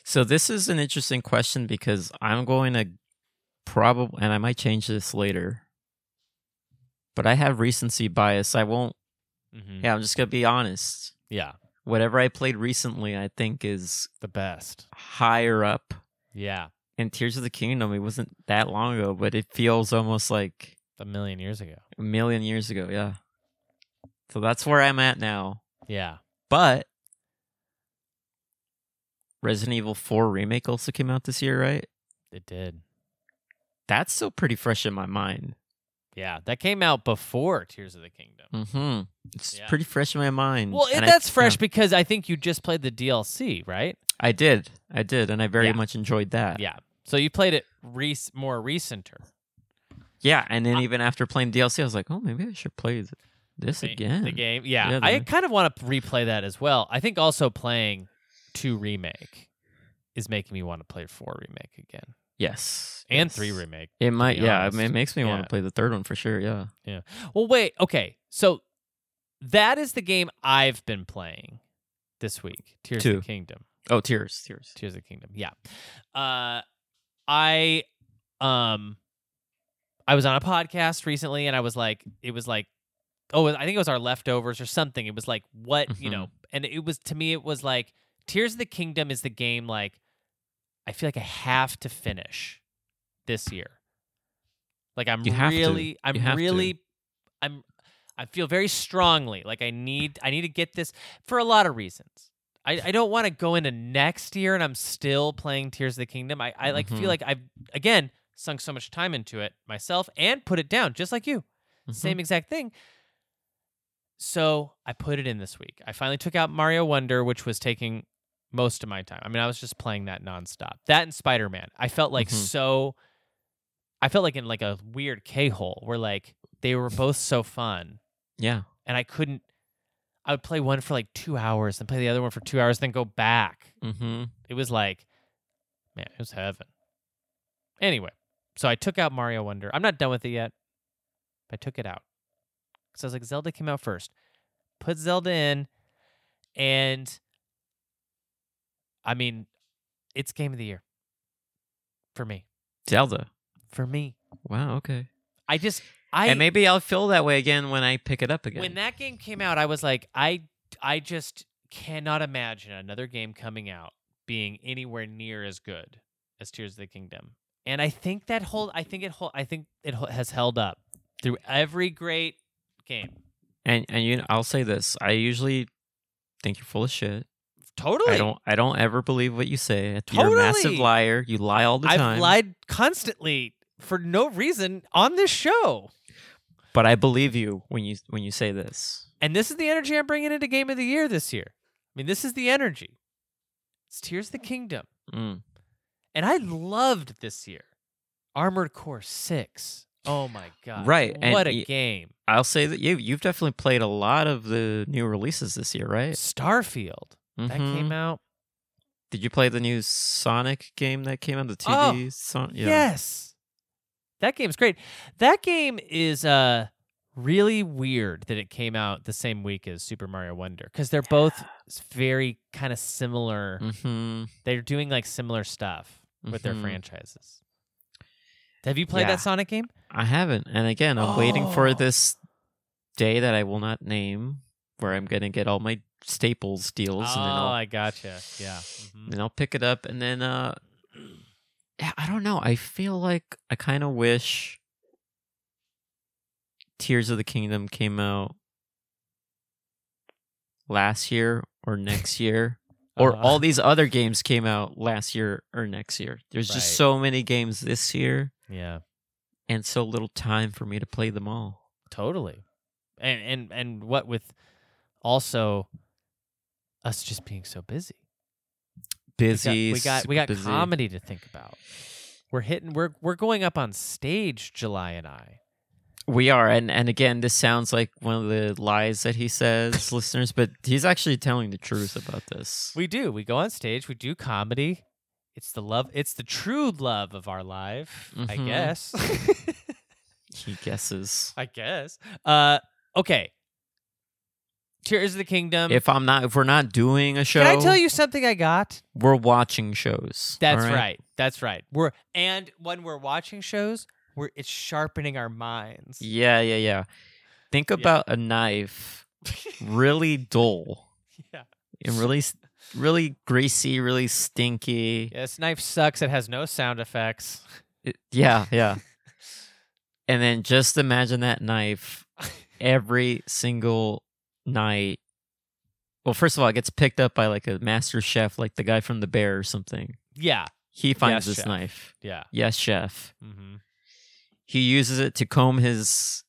Speaker 3: So this is an interesting question because I'm going to probably, and I might change this later. But I have recency bias. I won't
Speaker 2: Mhm.
Speaker 3: Yeah, I'm just gonna be honest.
Speaker 2: yeah,
Speaker 3: Whatever I played recently, I think is
Speaker 2: the best.
Speaker 3: higher up.
Speaker 2: Yeah,
Speaker 3: And Tears of the Kingdom, it wasn't that long ago, but it feels almost like
Speaker 2: a million years ago.
Speaker 3: a million years ago. Yeah. So that's where I'm at now.
Speaker 2: Yeah,
Speaker 3: But Resident Evil 4 remake also came out this year, right?
Speaker 2: it did.
Speaker 3: That's still pretty fresh in my mind.
Speaker 2: Yeah, that came out before Tears of the Kingdom.
Speaker 3: Mm-hmm. It's
Speaker 2: Yeah.
Speaker 3: pretty fresh in my mind.
Speaker 2: Well, and
Speaker 3: Mm, and I-
Speaker 2: that's fresh
Speaker 3: yeah.
Speaker 2: because I think you just played the DLC, right?
Speaker 3: I did. I did. And I very
Speaker 2: Yeah.
Speaker 3: much enjoyed that.
Speaker 2: Yeah. So you played it rec- more recenter.
Speaker 3: Yeah. And
Speaker 2: Uh,
Speaker 3: then even after playing DLC, I was like, oh, maybe I should play th- this
Speaker 2: the,
Speaker 3: again.
Speaker 2: the game. Yeah,
Speaker 3: Yeah,
Speaker 2: I
Speaker 3: the-
Speaker 2: kind of want to replay that as well. I think also playing two remake is making me want to play four remake again
Speaker 3: Yes.
Speaker 2: and
Speaker 3: yes.
Speaker 2: three remake.
Speaker 3: It might.
Speaker 2: be
Speaker 3: Yeah. I
Speaker 2: honest.
Speaker 3: mean, it makes me want
Speaker 2: Yeah.
Speaker 3: to play the third one for sure. Yeah.
Speaker 2: Well, wait. Okay, so that is the game I've been playing this week. Tears of
Speaker 3: Two.
Speaker 2: the Kingdom.
Speaker 3: Oh, tears. Tears.
Speaker 2: Tears of the Kingdom. Yeah. Uh I um I was on a podcast recently and I was like it was like oh I think it was our leftovers or something. It was like what, you
Speaker 3: Mm-hmm.
Speaker 2: know, and it was to me it was like Tears of the Kingdom is the game like I feel like I have to finish this year. Like I'm
Speaker 3: You have to.
Speaker 2: really I'm
Speaker 3: You have to.
Speaker 2: really I'm I feel very strongly like I need I need to get this for a lot of reasons. I, I don't want to go into next year and I'm still playing Tears of the Kingdom. I, I like
Speaker 3: Mhm.
Speaker 2: feel like I've again sunk so much time into it myself and put it down just like you.
Speaker 3: Mhm.
Speaker 2: Same exact thing. So I put it in this week. I finally took out Mario Wonder, which was taking most of my time. I mean, I was just playing that nonstop. That and Spider Man. I felt like
Speaker 3: Mhm.
Speaker 2: so I felt like in like a weird K hole where like they were both so fun
Speaker 3: Yeah.
Speaker 2: and I couldn't. I would play one for like two hours, then play the other one for two hours, then go back.
Speaker 3: Mm-hmm.
Speaker 2: It was like, man, it was heaven. Anyway, so I took out Mario Wonder. I'm not done with it yet. but I took it out because I was like, Zelda came out first. Put Zelda in, and I mean, it's game of the year for me.
Speaker 3: Zelda.
Speaker 2: For me,
Speaker 3: Wow. Okay.
Speaker 2: I just I
Speaker 3: and maybe I'll feel that way again when I pick it up again.
Speaker 2: When that game came out, I was like, I I just cannot imagine another game coming out being anywhere near as good as Tears of the Kingdom. And I think that hold I think it hold I think it hol- has held up through every great game.
Speaker 3: and and you, know, I'll say this: I usually think you're full of shit.
Speaker 2: Totally.
Speaker 3: I don't. I don't ever believe what you say. You're
Speaker 2: Totally.
Speaker 3: a massive liar. You lie all the
Speaker 2: I've
Speaker 3: time.
Speaker 2: lied constantly for no reason on this show.
Speaker 3: But I believe you when you when you say this.
Speaker 2: And this is the energy I'm bringing into game of the year this year. I mean, this is the energy. It's Tears of the Kingdom.
Speaker 3: Mm.
Speaker 2: And I loved this year. Armored Core 6. Oh my god.
Speaker 3: Right, and
Speaker 2: What a
Speaker 3: y-
Speaker 2: game.
Speaker 3: I'll say that you you've definitely played a lot of the new releases this year, right?
Speaker 2: Starfield. That
Speaker 3: Mhm.
Speaker 2: came out.
Speaker 3: Did you play the new Sonic game that came out? The
Speaker 2: Oh,
Speaker 3: TV Son- Uh, yeah.
Speaker 2: Yes. That game's great. That game is uh really weird that it came out the same week as Super Mario Wonder cuz they're both s- very kind of similar.
Speaker 3: Mm-hmm.
Speaker 2: They're doing like similar stuff with their
Speaker 3: Mhm.
Speaker 2: franchises. Have you played
Speaker 3: Yeah.
Speaker 2: that Sonic game?
Speaker 3: I haven't. And again, I'm waiting for
Speaker 2: Oh.
Speaker 3: this day that I will not name, where I'm gonna get all my staples deals, and then
Speaker 2: oh,
Speaker 3: I'll,
Speaker 2: I gotcha. Yeah. Mhm.
Speaker 3: and I'll pick it up, and then uh, yeah, I don't know. I feel like I kind of wish Tears of the Kingdom came out last year or next year. Or
Speaker 2: Uh-huh.
Speaker 3: all these other games came out last year or next year. There's just
Speaker 2: Right.
Speaker 3: so many games this year
Speaker 2: Yeah.
Speaker 3: and so little time for me to play them all.
Speaker 2: Totally. And and and what with also us just being so busy. We got-
Speaker 3: Busy.
Speaker 2: We got we got,
Speaker 3: super busy.
Speaker 2: comedy to think about. We're hitting we're we're going up on stage July and I.
Speaker 3: We are, and and again, this sounds like one of the lies that he says, listeners. But he's actually telling the truth about this.
Speaker 2: We do. We go on stage, we do comedy. It's the love it's the true love of our life, I
Speaker 3: Mhm.
Speaker 2: guess.
Speaker 3: he guesses.
Speaker 2: I guess. Uh okay. Tears of the Kingdom.
Speaker 3: If I'm not, if we're not doing a show,
Speaker 2: Um, Can I tell you something I got?
Speaker 3: We're watching shows.
Speaker 2: That's
Speaker 3: all
Speaker 2: right? That's right. We're and when we're watching shows, we're it's sharpening our minds.
Speaker 3: Yeah, yeah, yeah. Think
Speaker 2: Yeah.
Speaker 3: about a knife really dull
Speaker 2: Yeah.
Speaker 3: and really, s- really greasy, really stinky.
Speaker 2: This knife sucks. It has no sound effects.
Speaker 3: It- Yeah, yeah. and then just imagine that knife every single night. Well, first of all, it gets picked up by like a master chef, like the guy from The Bear or something.
Speaker 2: Yeah.
Speaker 3: He
Speaker 2: Yes,
Speaker 3: finds this
Speaker 2: chef.
Speaker 3: knife.
Speaker 2: Yeah.
Speaker 3: Yes, chef.
Speaker 2: hmm
Speaker 3: He uses it to comb his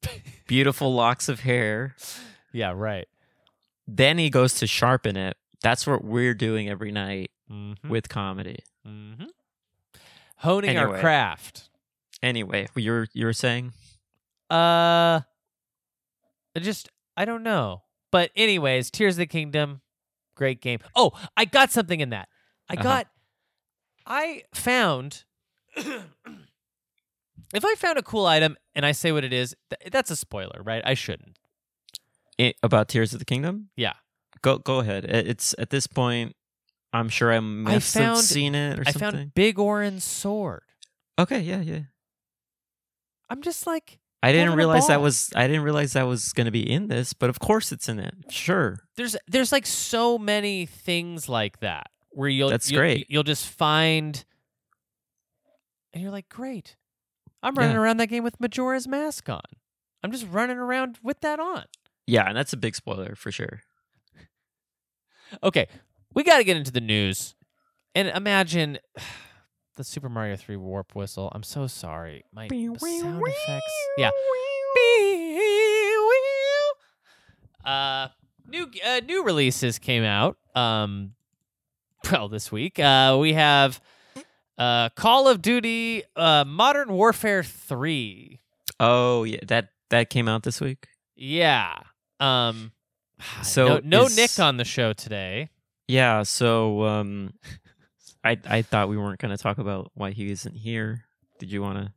Speaker 3: beautiful locks of hair.
Speaker 2: Yeah. Right.
Speaker 3: Then he goes to sharpen it. That's what we're doing every night
Speaker 2: hmm
Speaker 3: with comedy.
Speaker 2: hmm Honing our
Speaker 3: Anyway.
Speaker 2: craft.
Speaker 3: Anyway, you're you're saying
Speaker 2: Uh, I just I don't know. But anyways, Tears of the Kingdom, great game. Oh, I got something in that. I
Speaker 3: Uh-huh.
Speaker 2: got, I found. if I found a cool item and I say what it is, th- that's a spoiler, right? I shouldn't.
Speaker 3: i about Tears of the Kingdom?
Speaker 2: Yeah.
Speaker 3: Go go ahead. I- It's at this point, I'm sure I must have
Speaker 2: found-
Speaker 3: seen it or
Speaker 2: I
Speaker 3: something.
Speaker 2: found Big Orin's sword.
Speaker 3: Okay, yeah, yeah.
Speaker 2: I'm just like,
Speaker 3: I
Speaker 2: Having
Speaker 3: didn't
Speaker 2: a
Speaker 3: realize that
Speaker 2: ball.
Speaker 3: was I didn't realize that was going to be in this, but of course it's in it. Sure.
Speaker 2: there's there's like so many things like that where you'll
Speaker 3: That's
Speaker 2: you'll,
Speaker 3: great.
Speaker 2: you'll just find and you're like great i'm
Speaker 3: Yeah.
Speaker 2: running around that game with majora's mask on i'm just running around with that on
Speaker 3: Yeah, and that's a big spoiler for sure.
Speaker 2: okay we got to get into the news and imagine the super mario 3 warp whistle i'm so sorry my sound effects yeah Uh, new uh, new releases came out. Um, well, this week uh, we have uh, Call of Duty uh, Modern Warfare Three.
Speaker 3: Oh, yeah, that that came out this week.
Speaker 2: Yeah. Um.
Speaker 3: So
Speaker 2: no, no
Speaker 3: is-
Speaker 2: Nick on the show today.
Speaker 3: Yeah, so um I I thought we weren't going to talk about why he isn't here. Did you want to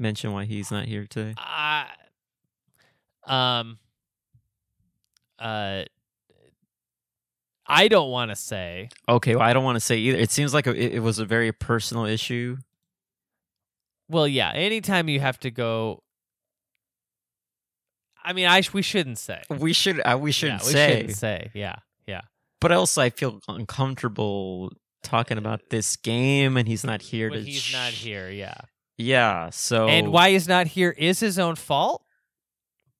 Speaker 3: mention why he's not here today?
Speaker 2: I, um, uh, I don't want to say.
Speaker 3: Okay, well, I don't want to say either. It seems like a, it, it was a very personal issue.
Speaker 2: Well, yeah. Anytime you have to go, I mean, I sh- we shouldn't say.
Speaker 3: We should uh, we
Speaker 2: Yeah,
Speaker 3: shouldn't
Speaker 2: we
Speaker 3: say.
Speaker 2: shouldn't say. Yeah, yeah.
Speaker 3: But also, I feel uncomfortable talking about this game, and he's not here
Speaker 2: When
Speaker 3: to.
Speaker 2: he's
Speaker 3: sh- Oh.
Speaker 2: not here. Yeah.
Speaker 3: Yeah. So
Speaker 2: And why he's not here is his own fault.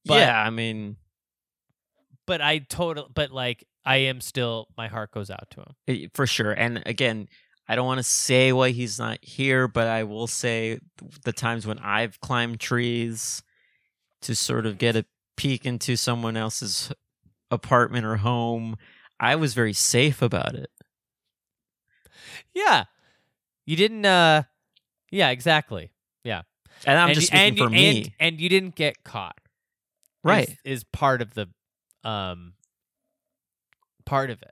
Speaker 2: but-
Speaker 3: yeah, I mean,
Speaker 2: But I total. But like, I am still. My heart goes out to him.
Speaker 3: i- for sure. And again, I don't want to say why he's not here, but I will say the times when I've climbed trees to sort of get a peek into someone else's apartment or home, I was very safe about it.
Speaker 2: Yeah. You didn't. uh Yeah. Exactly.
Speaker 3: And I'm
Speaker 2: and
Speaker 3: just
Speaker 2: you,
Speaker 3: speaking
Speaker 2: and
Speaker 3: for
Speaker 2: you,
Speaker 3: me,
Speaker 2: And, and you didn't get caught. is-
Speaker 3: right?
Speaker 2: Is, part of the. Um. Part of it.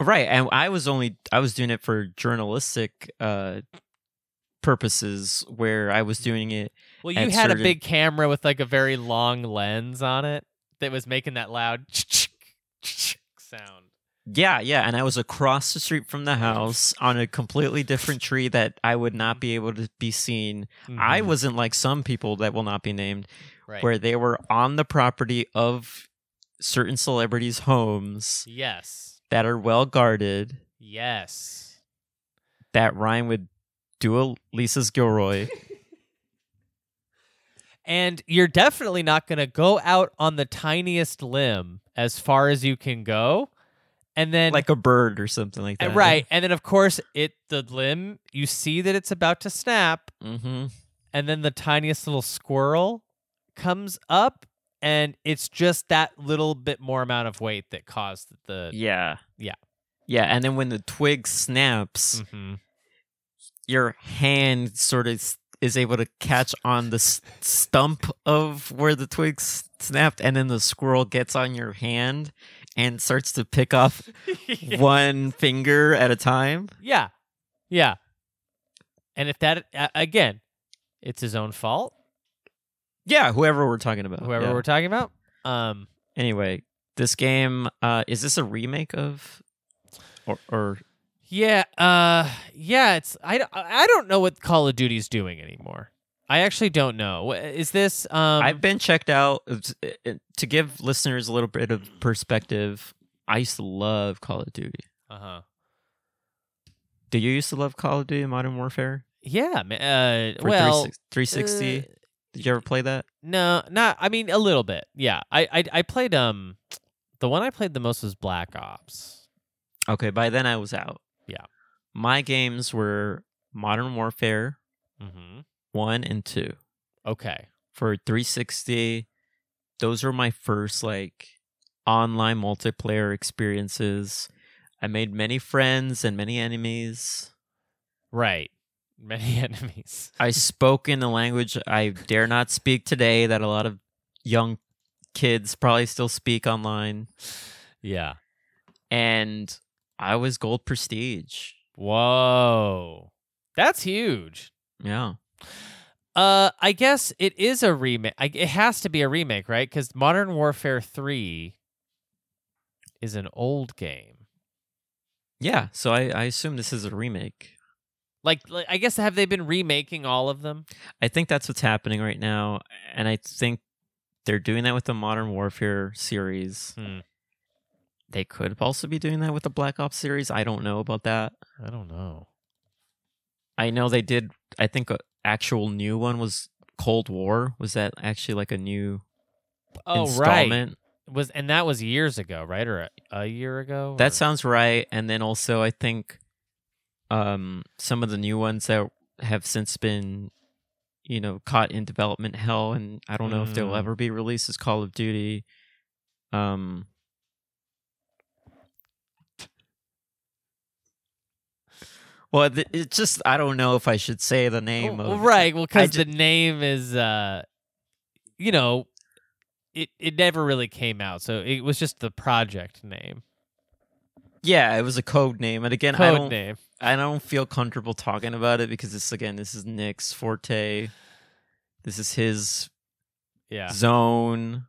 Speaker 3: right and i was only i was doing it for journalistic uh purposes where i was doing it
Speaker 2: Well, you
Speaker 3: and
Speaker 2: had a
Speaker 3: certain-
Speaker 2: big camera with like a very long lens on it that was making that loud sound.
Speaker 3: yeah yeah and i was across the street from the house on a completely different tree that i would not be able to be seen i
Speaker 2: Mhm.
Speaker 3: wasn't like some people that will not be named
Speaker 2: right.
Speaker 3: where they were on the property of certain celebrities homes
Speaker 2: yes,
Speaker 3: that are well guarded
Speaker 2: yes.
Speaker 3: that rhyme with Dua Lisa's Gilroy.
Speaker 2: And you're definitely not going to go out on the tiniest limb as far as you can go, and then
Speaker 3: like a bird or something like
Speaker 2: uh,
Speaker 3: that.
Speaker 2: right, and then of course it the limb you see that it's about to snap,
Speaker 3: Mm-hmm.
Speaker 2: and then the tiniest little squirrel comes up. And it's just that little bit more amount of weight that caused the
Speaker 3: Yeah.
Speaker 2: Yeah.
Speaker 3: Yeah. And then when the twig snaps,
Speaker 2: Mhm.
Speaker 3: your hand sort of s- is able to catch on the s- stump of where the twig s- snapped. And then the squirrel gets on your hand and starts to pick off one finger at a time.
Speaker 2: yeah, yeah. And if that a- again, it's his own fault.
Speaker 3: Yeah. Whoever we're talking about.
Speaker 2: Whoever
Speaker 3: Oh, yeah.
Speaker 2: we're talking about. Um,
Speaker 3: Anyway, this game, uh, is this a remake of. Or, or
Speaker 2: yeah, uh, yeah. It's I, d- I don't know what Call of Duty's doing anymore. I actually don't know. Wh- Is this um
Speaker 3: I've been checked out. It's- it- it- To give listeners a little bit of perspective, I used to love Call of Duty.
Speaker 2: uh-huh.
Speaker 3: Do you used to love Call of Duty Modern Warfare?
Speaker 2: Yeah, ma- uh
Speaker 3: For
Speaker 2: well
Speaker 3: 360?
Speaker 2: uh,
Speaker 3: Did you ever play that?
Speaker 2: No, not. I mean, a little bit. Yeah, I, I, I played. Um, the one I played the most was Black Ops.
Speaker 3: Okay, by then I was out.
Speaker 2: Yeah.
Speaker 3: My games were Modern Warfare
Speaker 2: Mm-hmm.
Speaker 3: 1 and 2
Speaker 2: Okay.
Speaker 3: for 360. Those were my first like online multiplayer experiences. I made many friends and many enemies.
Speaker 2: Right. Many enemies.
Speaker 3: I spoke in a language I dare not speak today that a lot of young kids probably still speak online.
Speaker 2: Yeah.
Speaker 3: And I was gold prestige.
Speaker 2: Whoa. That's huge.
Speaker 3: Yeah.
Speaker 2: Uh, I guess it is a remake. I, it has to be a remake, right? Because Modern Warfare Three is an old game.
Speaker 3: Yeah. So I, I assume this is a remake.
Speaker 2: Like, like, I guess have they been remaking all of them?
Speaker 3: I think that's what's happening right now, and I think they're doing that with the Modern Warfare series.
Speaker 2: Hmm.
Speaker 3: They could also be doing that with the Black Ops series. I don't know about that.
Speaker 2: I don't know.
Speaker 3: I know they did. I think a actual new one was Cold War. Was that actually like a new
Speaker 2: Oh, right.
Speaker 3: installment?
Speaker 2: was and that was years ago, right? Or a, a year ago?
Speaker 3: That
Speaker 2: or-
Speaker 3: sounds right. And then also, I think um, some of the new ones that have since been, you know, caught in development hell, and I don't know if they'll
Speaker 2: Mm.
Speaker 3: ever be released as Call of Duty. Um, well, th- it's just I don't know if I should say the name
Speaker 2: Well,
Speaker 3: of
Speaker 2: Oh, right. Well,
Speaker 3: I
Speaker 2: because the name is, uh, you know, it it never really came out, so it was just the project name,
Speaker 3: Yeah, it was a code name, and again, I
Speaker 2: code
Speaker 3: don't,
Speaker 2: name.
Speaker 3: I don't feel comfortable talking about it because this again, this is Nick's forte. This is his
Speaker 2: Yeah.
Speaker 3: zone.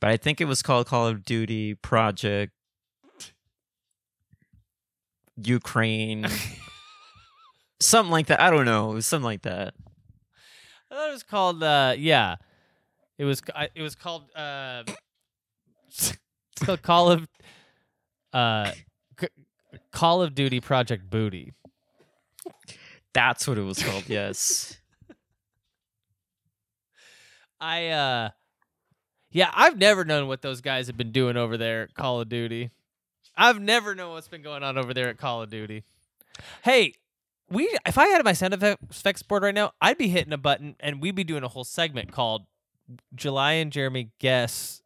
Speaker 3: But I think it was called Call of Duty Project Ukraine. something like that. I don't know. It was something like that.
Speaker 2: I thought it was called. Uh, yeah, it was. I, it was called. Uh, it's called Call of. Uh, C- Call of Duty Project Booty.
Speaker 3: That's what it was called. Yes.
Speaker 2: I uh yeah, I've never known what those guys have been doing over there at Call of Duty. I've never known what's been going on over there at Call of Duty. Hey, we if I had my sound effects board right now, I'd be hitting a button and we'd be doing a whole segment called July and Jeremy guess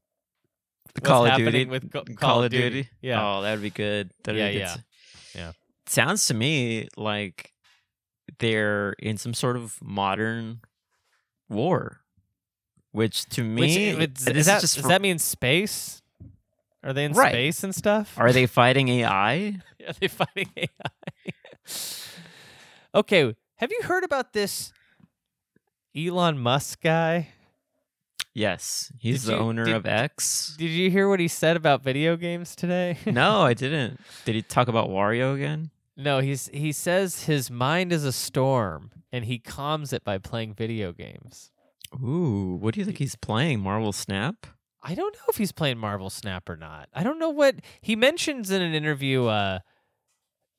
Speaker 2: what's
Speaker 3: Call of
Speaker 2: happening
Speaker 3: Duty.
Speaker 2: with Co- Call,
Speaker 3: Call
Speaker 2: of Duty. Yeah.
Speaker 3: Oh, that'd be good. That'd be
Speaker 2: Yeah,
Speaker 3: good.
Speaker 2: yeah. Yeah.
Speaker 3: Sounds to me like they're in some sort of modern war. Which to
Speaker 2: Which,
Speaker 3: me
Speaker 2: which-
Speaker 3: this
Speaker 2: is that,
Speaker 3: just
Speaker 2: does
Speaker 3: fr-
Speaker 2: that mean space? Are they in
Speaker 3: Right.
Speaker 2: space and stuff?
Speaker 3: are they fighting AI?
Speaker 2: Are they fighting AI? okay, have you heard about this Elon Musk guy?
Speaker 3: Yes, he's
Speaker 2: Did
Speaker 3: the
Speaker 2: you-
Speaker 3: owner
Speaker 2: did-
Speaker 3: of X.
Speaker 2: Did you hear what he said about video games today?
Speaker 3: no, I didn't. Did he talk about Wario again?
Speaker 2: no, he's he says his mind is a storm and he calms it by playing video games.
Speaker 3: Ooh, what do you think he's playing? Marvel Snap?
Speaker 2: I don't know if he's playing Marvel Snap or not. I don't know what he mentions in an interview uh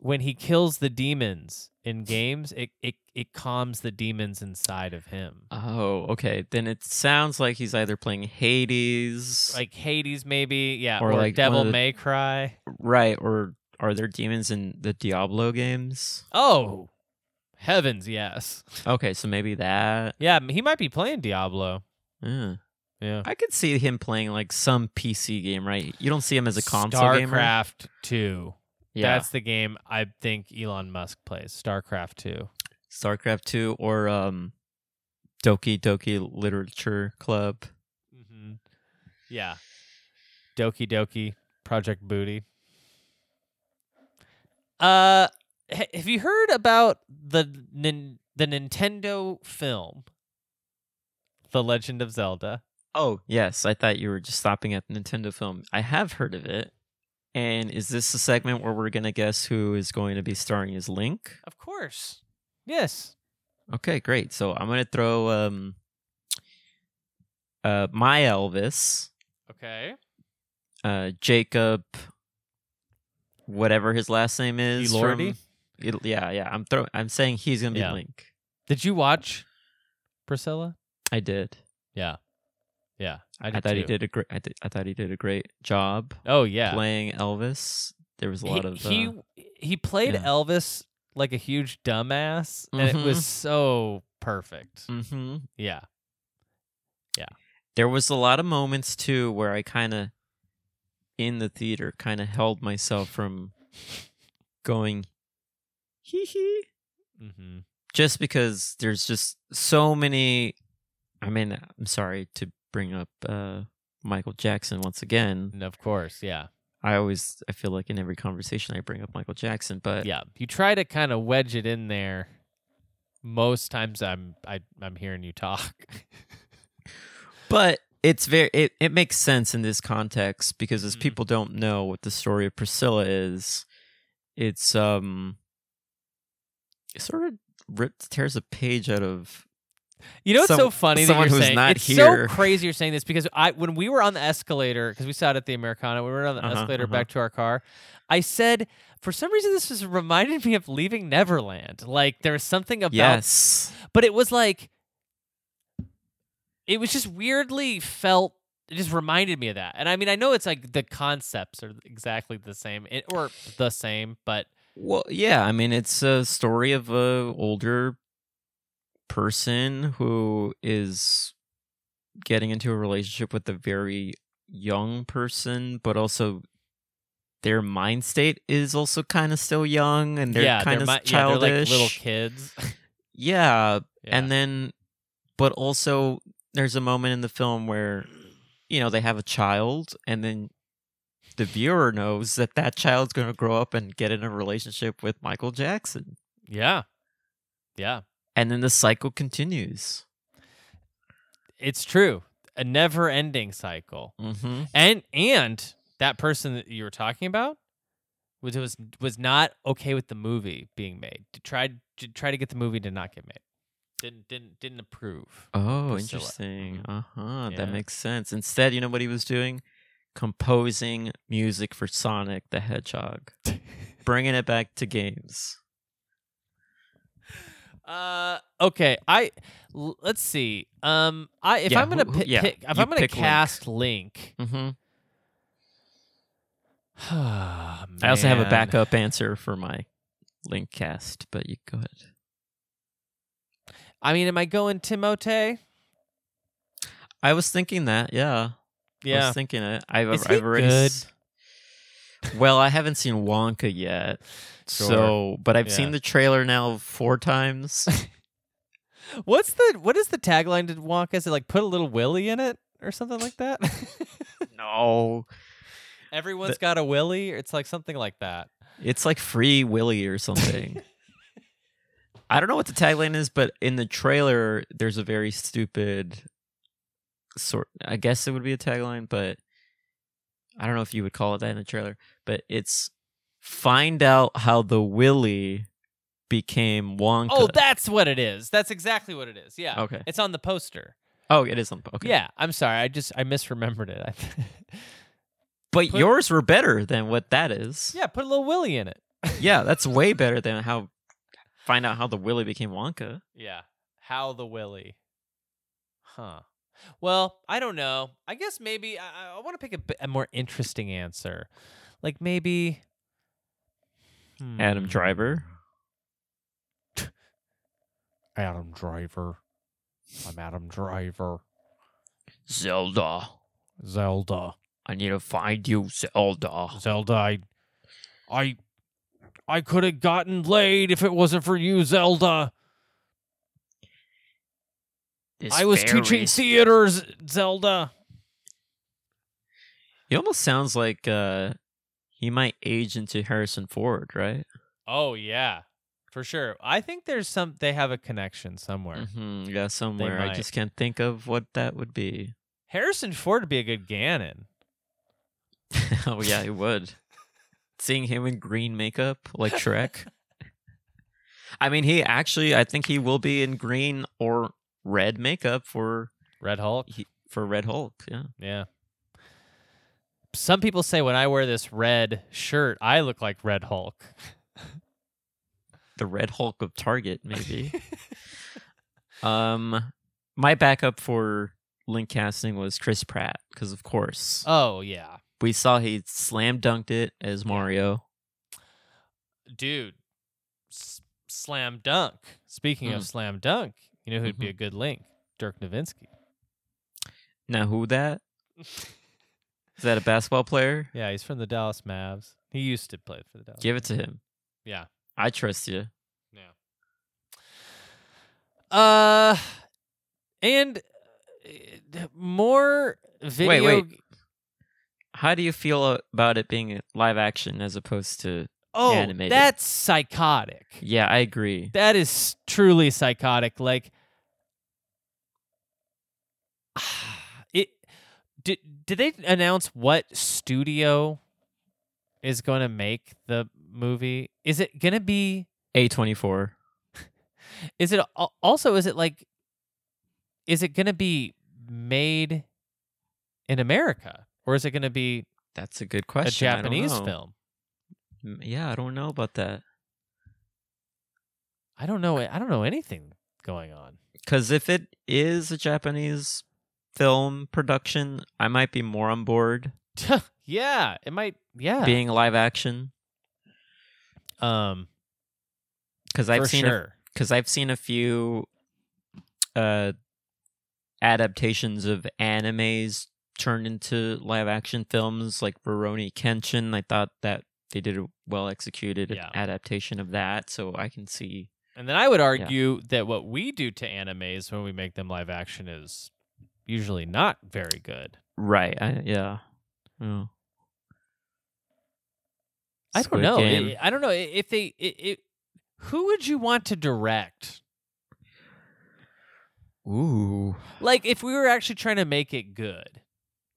Speaker 2: when he kills the demons in games, it, it it calms the demons inside of him.
Speaker 3: Oh, okay. Then it sounds like he's either playing Hades,
Speaker 2: like Hades, maybe, yeah,
Speaker 3: Or
Speaker 2: or,
Speaker 3: like one
Speaker 2: Devil
Speaker 3: of the-
Speaker 2: May Cry.
Speaker 3: right? Or are there demons in the Diablo games?
Speaker 2: Oh, heavens, yes,
Speaker 3: Okay, so maybe that.
Speaker 2: yeah, m- he might be playing Diablo.
Speaker 3: Yeah.
Speaker 2: Yeah,
Speaker 3: I could see him playing like some PC game, right? You don't see him as a console gamer.
Speaker 2: Starcraft Two.
Speaker 3: Yeah,
Speaker 2: That's the game I think Elon Musk plays. Starcraft Two.
Speaker 3: Starcraft Two or um, Doki Doki Literature Club.
Speaker 2: Mm-hmm. Yeah, Doki Doki Project Booty. Uh, h- have you heard about the nin- the Nintendo film, The Legend of Zelda?
Speaker 3: Oh, yes. I thought you were just stopping at the Nintendo film. I have heard of it. And is this the segment where we're going to guess who is going to be starring as Link?
Speaker 2: Of course. Yes.
Speaker 3: Okay, great. So I'm gonna throw um uh my Elvis,
Speaker 2: Okay.
Speaker 3: uh Jacob whatever his last name is.
Speaker 2: Elordi?
Speaker 3: from- El- yeah, yeah. I'm throwing I'm saying he's gonna be
Speaker 2: Yeah.
Speaker 3: Link.
Speaker 2: Did you watch Priscilla?
Speaker 3: I did.
Speaker 2: Yeah. Yeah. I,
Speaker 3: I,
Speaker 2: did
Speaker 3: thought he
Speaker 2: too.
Speaker 3: did a great I, did, I thought he did a great job
Speaker 2: Oh yeah.
Speaker 3: playing Elvis. There was a lot
Speaker 2: he,
Speaker 3: of uh,
Speaker 2: he he played
Speaker 3: yeah. Mm-hmm.
Speaker 2: Elvis like a huge dumbass, and it was so perfect.
Speaker 3: mhm.
Speaker 2: Yeah.
Speaker 3: there was a lot of moments too where I kind of in the theater kind of held myself from going hee hee
Speaker 2: Mm-hmm.
Speaker 3: just because there's just so many I mean I'm sorry to bring up uh Michael Jackson once again.
Speaker 2: And of course, yeah,
Speaker 3: I always I feel like in every conversation I bring up Michael Jackson, but
Speaker 2: yeah. You try to kind of wedge it in there. Most times, I'm I, I'm hearing you talk.
Speaker 3: but it's very it, it makes sense in this context because as
Speaker 2: Mhm.
Speaker 3: people don't know what the story of priscilla is it's um it sort of rips tears a page out of
Speaker 2: You know, it's so
Speaker 3: Some-
Speaker 2: funny that
Speaker 3: someone
Speaker 2: you're
Speaker 3: who's
Speaker 2: saying
Speaker 3: not
Speaker 2: it's
Speaker 3: here.
Speaker 2: so crazy. You're saying this because I, when we were on the escalator, because we saw it at the Americana, we were on the
Speaker 3: Uh-huh,
Speaker 2: escalator
Speaker 3: uh-huh.
Speaker 2: back to our car. I said, for some reason, this just reminded me of Leaving Neverland. Like there was something about,
Speaker 3: yes
Speaker 2: but it was like, it was just weirdly felt. It just reminded me of that. And I mean, I know it's like the concepts are exactly the same, it, or the same, but
Speaker 3: well yeah i mean it's a story of a older person who is getting into a relationship with a very young person but also their mind state is also kind of still young and they're
Speaker 2: yeah,
Speaker 3: kind of
Speaker 2: mi- yeah, they're like
Speaker 3: childish
Speaker 2: little kids.
Speaker 3: Yeah,
Speaker 2: Yeah.
Speaker 3: and then, but also there's a moment in the film where, you know, they have a child, and then the viewer knows that that child's going to grow up and get in a relationship with Michael Jackson,
Speaker 2: yeah, yeah.
Speaker 3: and then the cycle continues.
Speaker 2: It's true. A never ending cycle.
Speaker 3: Mm-hmm.
Speaker 2: And and that person that you were talking about was was was not okay with the movie being made. To tried to try to get the movie to not get made. Didn't didn't didn't approve.
Speaker 3: Oh,
Speaker 2: Priscilla.
Speaker 3: interesting.
Speaker 2: Mhm.
Speaker 3: Uh huh.
Speaker 2: Yeah.
Speaker 3: That makes sense. Instead, you know what he was doing? Composing music for Sonic the Hedgehog, bringing it back to games.
Speaker 2: Uh okay, I l- let's see. Um I if
Speaker 3: Yeah,
Speaker 2: I'm going to
Speaker 3: who- who- yeah,
Speaker 2: pick if
Speaker 3: you
Speaker 2: I'm going to
Speaker 3: pick Link.
Speaker 2: cast Link.
Speaker 3: Mm-hmm.
Speaker 2: I
Speaker 3: I also have a backup answer for my link cast, but you go ahead.
Speaker 2: I mean, am I going Timote?
Speaker 3: I was thinking that, yeah. I
Speaker 2: Yeah.
Speaker 3: was thinking it. I've,
Speaker 2: Is
Speaker 3: I've
Speaker 2: he
Speaker 3: already. s- well, I haven't seen Wonka yet, so but I've
Speaker 2: Yeah.
Speaker 3: seen the trailer now four times.
Speaker 2: What's the what is the tagline to Wonka? Is it like put a little willy in it or something like that?
Speaker 3: no,
Speaker 2: Everyone's got a willy. or It's like something like that.
Speaker 3: it's like Free Willy or something. I don't know what the tagline is, but in the trailer, there's a very stupid sort. I guess it would be a tagline, but I don't know if you would call it that in the trailer. But it's find out how the Willy became Wonka.
Speaker 2: Oh, that's what it is. That's exactly what it is. Yeah.
Speaker 3: okay.
Speaker 2: It's on the poster.
Speaker 3: Oh, it is on. Okay,
Speaker 2: Yeah, I'm sorry. I just I misremembered it. I-
Speaker 3: but
Speaker 2: Put-
Speaker 3: yours were better than what that is.
Speaker 2: yeah, put a little willy in it.
Speaker 3: yeah, that's way better than how find out how the Willy became Wonka.
Speaker 2: Yeah. How the willy. Huh. Well, I don't know. I guess maybe I, I want to pick a, bit- a more interesting answer. Like maybe
Speaker 3: Adam
Speaker 2: Hmm.
Speaker 3: Driver.
Speaker 4: Adam Driver. I'm Adam Driver.
Speaker 3: Zelda.
Speaker 4: Zelda.
Speaker 3: I need to find you, Zelda.
Speaker 4: Zelda, I I I could have gotten laid if it wasn't for you, Zelda. I was teaching theaters, Zelda.
Speaker 3: He almost sounds like uh, he might age into Harrison Ford, right?
Speaker 2: Oh yeah. For sure. I think there's some they have a connection somewhere.
Speaker 3: hmm Yeah, somewhere. I
Speaker 2: might.
Speaker 3: just can't think of what that would be.
Speaker 2: Harrison Ford would be a good Ganon.
Speaker 3: oh yeah, it would. Seeing him in green makeup like Shrek. I mean, he actually, I think he will be in green or red makeup for
Speaker 2: Red Hulk.
Speaker 3: he, for Red Hulk. Yeah.
Speaker 2: Yeah. Some people say when I wear this red shirt, I look like Red Hulk.
Speaker 3: the Red Hulk of Target, maybe. um, my backup for link casting was Chris Pratt because, of course,
Speaker 2: Oh yeah,
Speaker 3: we saw he slam dunked it as Mario.
Speaker 2: dude. S- slam dunk. Speaking
Speaker 3: Hmm.
Speaker 2: of slam dunk, you know who'd
Speaker 3: Mm-hmm.
Speaker 2: be a good link? Dirk Nowitzki.
Speaker 3: Now, who that? Is that a basketball player?
Speaker 2: Yeah, he's from the Dallas Mavs. He used to play for the Dallas.
Speaker 3: Give it to him.
Speaker 2: Yeah.
Speaker 3: I trust you.
Speaker 2: Uh, and uh, more video.
Speaker 3: wait. How do you feel about it being live action as opposed to?
Speaker 2: Oh,
Speaker 3: Animated.
Speaker 2: that's psychotic.
Speaker 3: Yeah, I agree.
Speaker 2: That is truly psychotic. Like it did did they announce what studio is going to make the movie? Is it going to be
Speaker 3: A twenty four.
Speaker 2: is it al- also is it like is it going to be made in America or is it going to be
Speaker 3: That's a good
Speaker 2: a
Speaker 3: question. I don't
Speaker 2: Japanese
Speaker 3: know.
Speaker 2: film?
Speaker 3: M- Yeah, I don't know about that.
Speaker 2: I don't know. I don't know anything going on.
Speaker 3: Because if it is a Japanese film production, I might be more on board
Speaker 2: yeah, it might yeah.
Speaker 3: being live action.
Speaker 2: um
Speaker 3: Because
Speaker 2: for
Speaker 3: I've seen
Speaker 2: sure.
Speaker 3: because I've seen a few uh, adaptations of animes turned into live action films, like Rurouni Kenshin. I thought that they did a well executed
Speaker 2: Yeah.
Speaker 3: adaptation of that, so I can see.
Speaker 2: And then I would argue that what we do to animes when we make them live action is usually not very good.
Speaker 3: Right. I, yeah. Yeah.
Speaker 2: I don't
Speaker 3: Squid
Speaker 2: know.
Speaker 3: Game.
Speaker 2: I, I don't know i- if they. i it, who would you want to direct?
Speaker 3: Ooh.
Speaker 2: Like, if we were actually trying to make it good,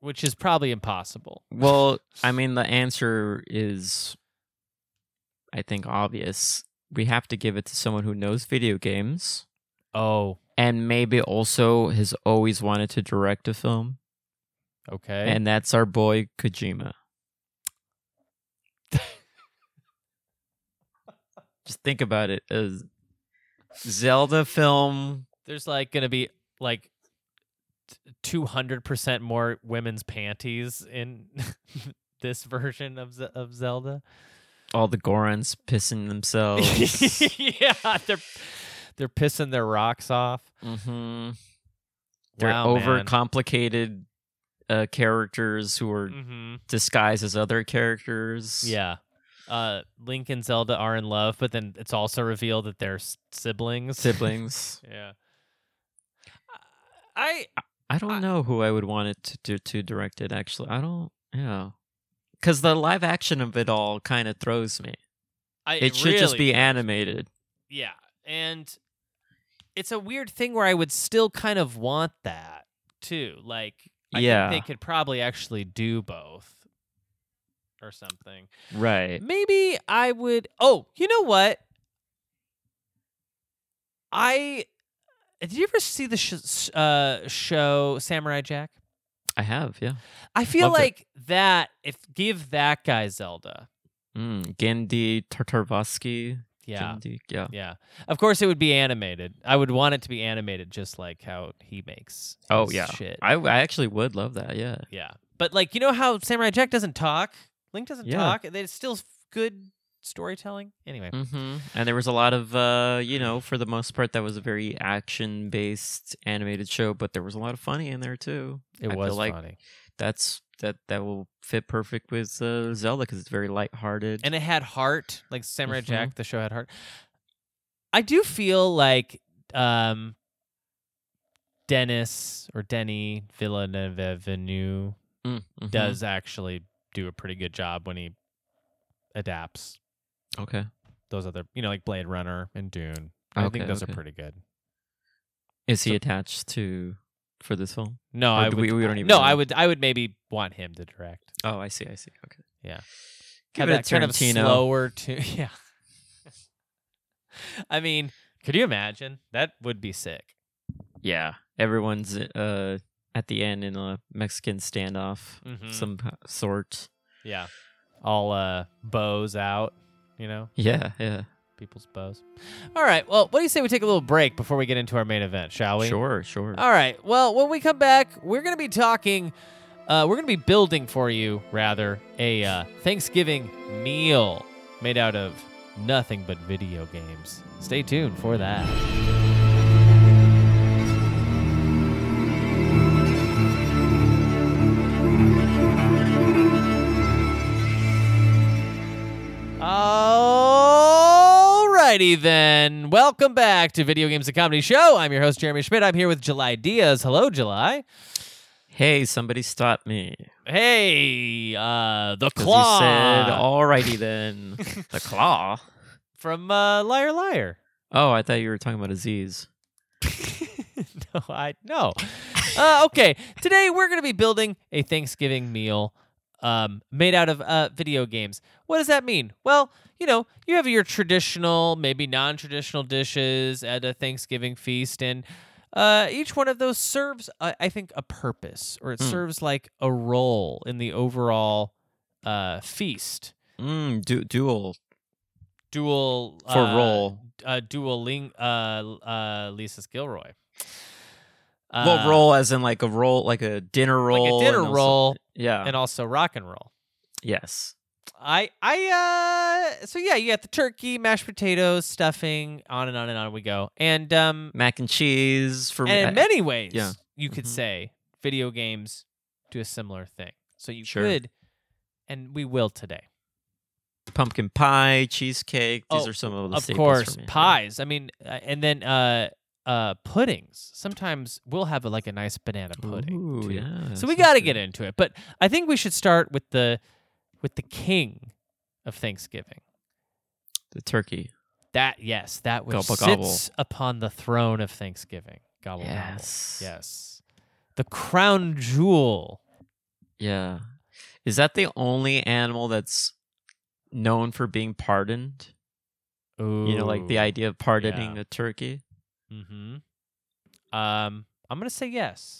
Speaker 2: which is probably impossible.
Speaker 3: Well, I mean, the answer is, I think, obvious. We have to give it to someone who knows video games
Speaker 2: Oh,
Speaker 3: and maybe also has always wanted to direct a film.
Speaker 2: okay.
Speaker 3: And that's our boy Kojima. Just think about it. A Zelda film.
Speaker 2: There's like going to be like. 200% more women's panties in this version of Ze- of Zelda.
Speaker 3: All the Gorons pissing themselves.
Speaker 2: yeah, they're they're pissing their rocks off.
Speaker 3: hmm They're
Speaker 2: Wow, man.
Speaker 3: overcomplicated uh, characters who are
Speaker 2: Mhm.
Speaker 3: disguised as other characters.
Speaker 2: Yeah. Uh, Link and Zelda are in love, but then it's also revealed that they're s- siblings.
Speaker 3: Siblings.
Speaker 2: yeah. I
Speaker 3: I don't
Speaker 2: I-
Speaker 3: know who I would want it to to, to direct it. Actually, I don't. Yeah, because the live action of it all kind of throws me.
Speaker 2: I
Speaker 3: It, should just
Speaker 2: really-
Speaker 3: be animated.
Speaker 2: Yeah. And it's a weird thing where I would still kind of want that too. Like I
Speaker 3: Yeah.
Speaker 2: think they could probably actually do both or something.
Speaker 3: Right.
Speaker 2: Maybe I would. Oh, you know what? I did you ever see the sh- sh- uh, show Samurai Jack?
Speaker 3: I have. Yeah.
Speaker 2: I feel
Speaker 3: Loved it.
Speaker 2: like that. If give that guy Zelda,
Speaker 3: Mm, Gendy Tartarovsky.
Speaker 2: yeah,
Speaker 3: Gendy, yeah.
Speaker 2: yeah. Of course, it would be animated. I would want it to be animated, just like how he makes. his
Speaker 3: Oh, yeah.
Speaker 2: shit.
Speaker 3: I I actually would love that. Yeah.
Speaker 2: yeah, but like you know how Samurai Jack doesn't talk, Link doesn't
Speaker 3: Yeah.
Speaker 2: talk. It's still good storytelling. Anyway,
Speaker 3: Mm-hmm. And there was a lot of, uh, you know, for the most part, that was a very action-based animated show, but there was a lot of funny in there too. I
Speaker 2: it
Speaker 3: feel
Speaker 2: was
Speaker 3: like
Speaker 2: funny,
Speaker 3: That's that that will fit perfect with uh, Zelda because it's very lighthearted.
Speaker 2: and it had heart like samurai
Speaker 3: Mhm.
Speaker 2: jack the show had heart i do feel like um dennis or denny villeneuve
Speaker 3: Mm, mhm.
Speaker 2: does actually do a pretty good job when he adapts
Speaker 3: okay.
Speaker 2: those other you know like blade runner and dune i think
Speaker 3: Okay,
Speaker 2: those
Speaker 3: okay.
Speaker 2: are pretty good
Speaker 3: Is he attached to for this film?
Speaker 2: no
Speaker 3: Or
Speaker 2: i
Speaker 3: do
Speaker 2: would
Speaker 3: we- we don't even
Speaker 2: no
Speaker 3: know.
Speaker 2: i would i would maybe want him to direct
Speaker 3: Oh, I see. I see. Okay.
Speaker 2: Yeah.
Speaker 3: Give
Speaker 2: Have
Speaker 3: it a
Speaker 2: that kind of
Speaker 3: Tarantino.
Speaker 2: slower to yeah I mean, could you imagine? That would be sick.
Speaker 3: Yeah, everyone's uh at the end in a Mexican standoff,
Speaker 2: Mhm.
Speaker 3: of some sort.
Speaker 2: Yeah. All uh bows out, you know,
Speaker 3: Yeah, yeah.
Speaker 2: people's bows. All right. Well, what do you say we take a little break before we get into our main event, shall we?
Speaker 3: Sure, sure.
Speaker 2: Oh, All right. Well, when we come back, we're going to be talking uh we're going to be building for you rather a uh Thanksgiving meal made out of nothing but video games. Stay tuned for that. Alrighty then. Welcome back to Video Games and Comedy Show. I'm your host, Jeremy Schmidt. I'm here with July Diaz. Hello, July.
Speaker 3: Hey, somebody stop me.
Speaker 2: Hey, uh, the
Speaker 3: 'Cause
Speaker 2: claw
Speaker 3: You said, alrighty then. the claw.
Speaker 2: from uh, Liar Liar.
Speaker 3: Oh, I thought you were talking about Aziz.
Speaker 2: no, I no. Uh, okay, today we're going to be building a Thanksgiving meal um, made out of uh, video games. What does that mean? Well, you know, you have your traditional, maybe non-traditional dishes at a Thanksgiving feast, and uh, each one of those serves, uh, I think, a purpose, or it
Speaker 3: Hmm.
Speaker 2: serves like a role in the overall uh, feast.
Speaker 3: Mm, du- dual
Speaker 2: Dual
Speaker 3: for
Speaker 2: uh,
Speaker 3: roll.
Speaker 2: uh, dual ling- uh, uh, Lisa Gilroy. Uh,
Speaker 3: well, roll as in like a roll, like a dinner roll.
Speaker 2: like a dinner
Speaker 3: and also-
Speaker 2: roll
Speaker 3: Yeah.
Speaker 2: and also rock and roll.
Speaker 3: yes.
Speaker 2: I I uh so yeah, you got the turkey, mashed potatoes, stuffing, on and on and on we go. And um
Speaker 3: Mac and cheese for
Speaker 2: and in
Speaker 3: me.
Speaker 2: many ways
Speaker 3: yeah.
Speaker 2: you could
Speaker 3: Mhm.
Speaker 2: say video games do a similar thing. So you
Speaker 3: Sure.
Speaker 2: could and we will today.
Speaker 3: Pumpkin pie, cheesecake. These
Speaker 2: Oh,
Speaker 3: are some of the
Speaker 2: of
Speaker 3: staples for
Speaker 2: course,
Speaker 3: me.
Speaker 2: pies. I mean uh, and then uh uh puddings. Sometimes we'll have a, like a nice banana pudding
Speaker 3: Ooh,
Speaker 2: too.
Speaker 3: yeah,
Speaker 2: So we
Speaker 3: sounds
Speaker 2: got to
Speaker 3: good.
Speaker 2: get into it, but I think we should start with the with the king of Thanksgiving.
Speaker 3: the turkey.
Speaker 2: That yes, that which
Speaker 3: Gobble,
Speaker 2: sits
Speaker 3: gobble.
Speaker 2: upon the throne of Thanksgiving. Gobble
Speaker 3: Yes.
Speaker 2: gobble. Yes. The crown jewel.
Speaker 3: Yeah. Is that the only animal that's known for being pardoned?
Speaker 2: Ooh.
Speaker 3: You know, like the idea of pardoning a turkey.
Speaker 2: Mm-hmm. Um, I'm gonna say yes.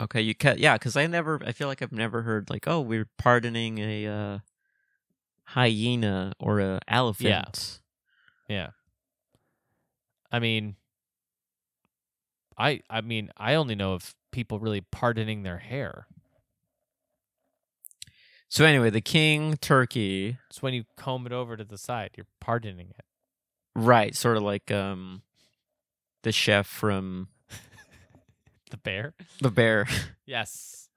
Speaker 3: Okay, you cut. Yeah, because I never. I feel like I've never heard like, oh, we're pardoning a uh, hyena or a elephant.
Speaker 2: Yeah. I mean, I I mean I only know of people really pardoning their hair.
Speaker 3: So anyway, the king turkey,
Speaker 2: It's when you comb it over to the side, you're pardoning it.
Speaker 3: right? Sort of like um, the chef from
Speaker 2: The bear.
Speaker 3: The Bear.
Speaker 2: Yes.